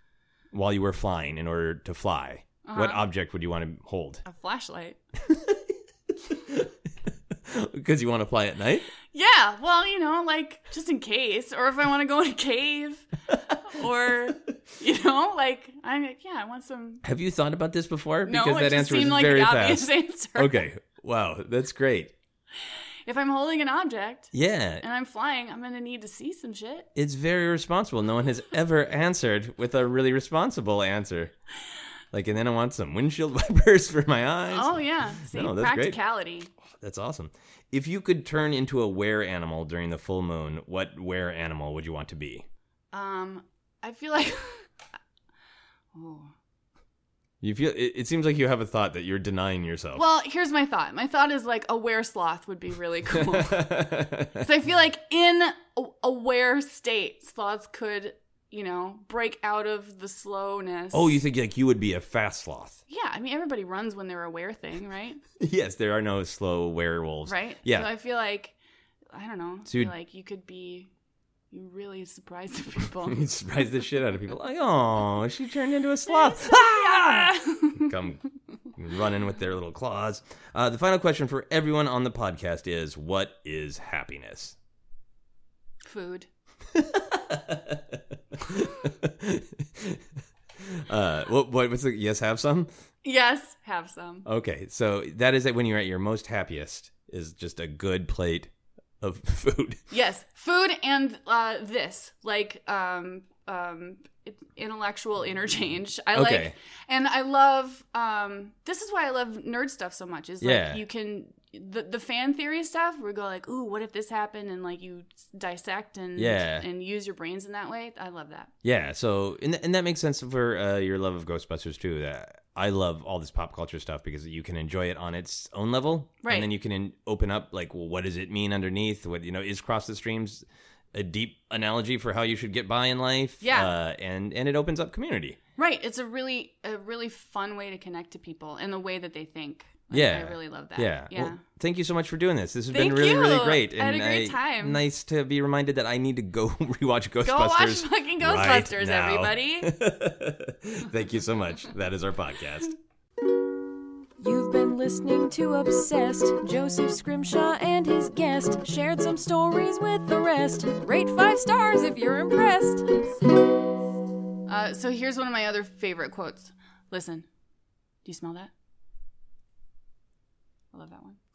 while you were flying in order to fly, what object would you want to hold?
A flashlight.
Because you want to fly at night?
Yeah, well, you know, like just in case, or if I want to go in a cave, or you know, like I'm like, yeah, I want some.
Have you thought about this before?
No,
because
it
that
just
answer
seemed
was
like
very
the
fast.
obvious answer.
Okay. Wow, that's great.
If I'm holding an object
Yeah,
and I'm flying, I'm gonna need to see some shit.
it's very responsible. No one has ever answered with a really responsible answer. Like, and then I want some windshield wipers for my eyes.
Oh yeah, see
No, that's great.
practicality.
That's awesome. If you could turn into a were animal during the full moon, what were animal would you want to be?
Um, I feel like. oh.
You feel it, it seems like you have a thought that you're denying yourself.
Well, here's my thought. My thought is like a were sloth would be really cool.
Well,
So I feel like in a aware state, sloths could, you know, break out of the slowness.
oh, you think like you would be a fast sloth?
Yeah, I mean everybody runs when they're aware thing, right?
Yes, there are no slow werewolves.
Right?
Yeah.
So I feel like I don't know.
So
I
you'd-
feel like you could be you really surprise the people.
You'd surprise the shit out of people. Like, oh, she turned into a sloth. Ah! Come running with their little claws. Uh, the final question for everyone on the podcast is what is happiness?
Food.
uh, what, what, what's the yes, have some?
Yes, have some.
Okay, so that is it when you're at your most happiest, is just a good plate of food.
Yes, food and uh, this like um um intellectual interchange. I
Okay.
like and I love um this is why I love nerd stuff so much. Is like
Yeah.
you can the the fan theory stuff where you go like, "Ooh, what if this happened?" and like you dissect and
Yeah.
and use your brains in that way. I love that.
Yeah, so and and that makes sense for uh, your love of Ghostbusters too. That I love all this pop culture stuff because you can enjoy it on its own level,
Right.
And then you can in- open up like, well, what does it mean underneath? What you know is cross the streams a deep analogy for how you should get by in life?
Yeah.
uh, and and it opens up community.
Right, it's a really a really fun way to connect to people and the way that they think. Like,
Yeah.
I really love that.
Yeah.
Yeah.
Well, thank you so much for doing this. This has
Thank
been really, really
you.
great.
I had a great time.
Nice to be reminded that I need to go rewatch Ghostbusters.
Go watch fucking
right
Ghostbusters,
now.
everybody.
Thank you so much. That is our podcast.
You've been listening to Obsessed. Joseph Scrimshaw and his guest shared some stories with the rest. Rate five stars if you're impressed.
Uh, so here's one of my other favorite quotes. Listen, do you smell that? I love that one.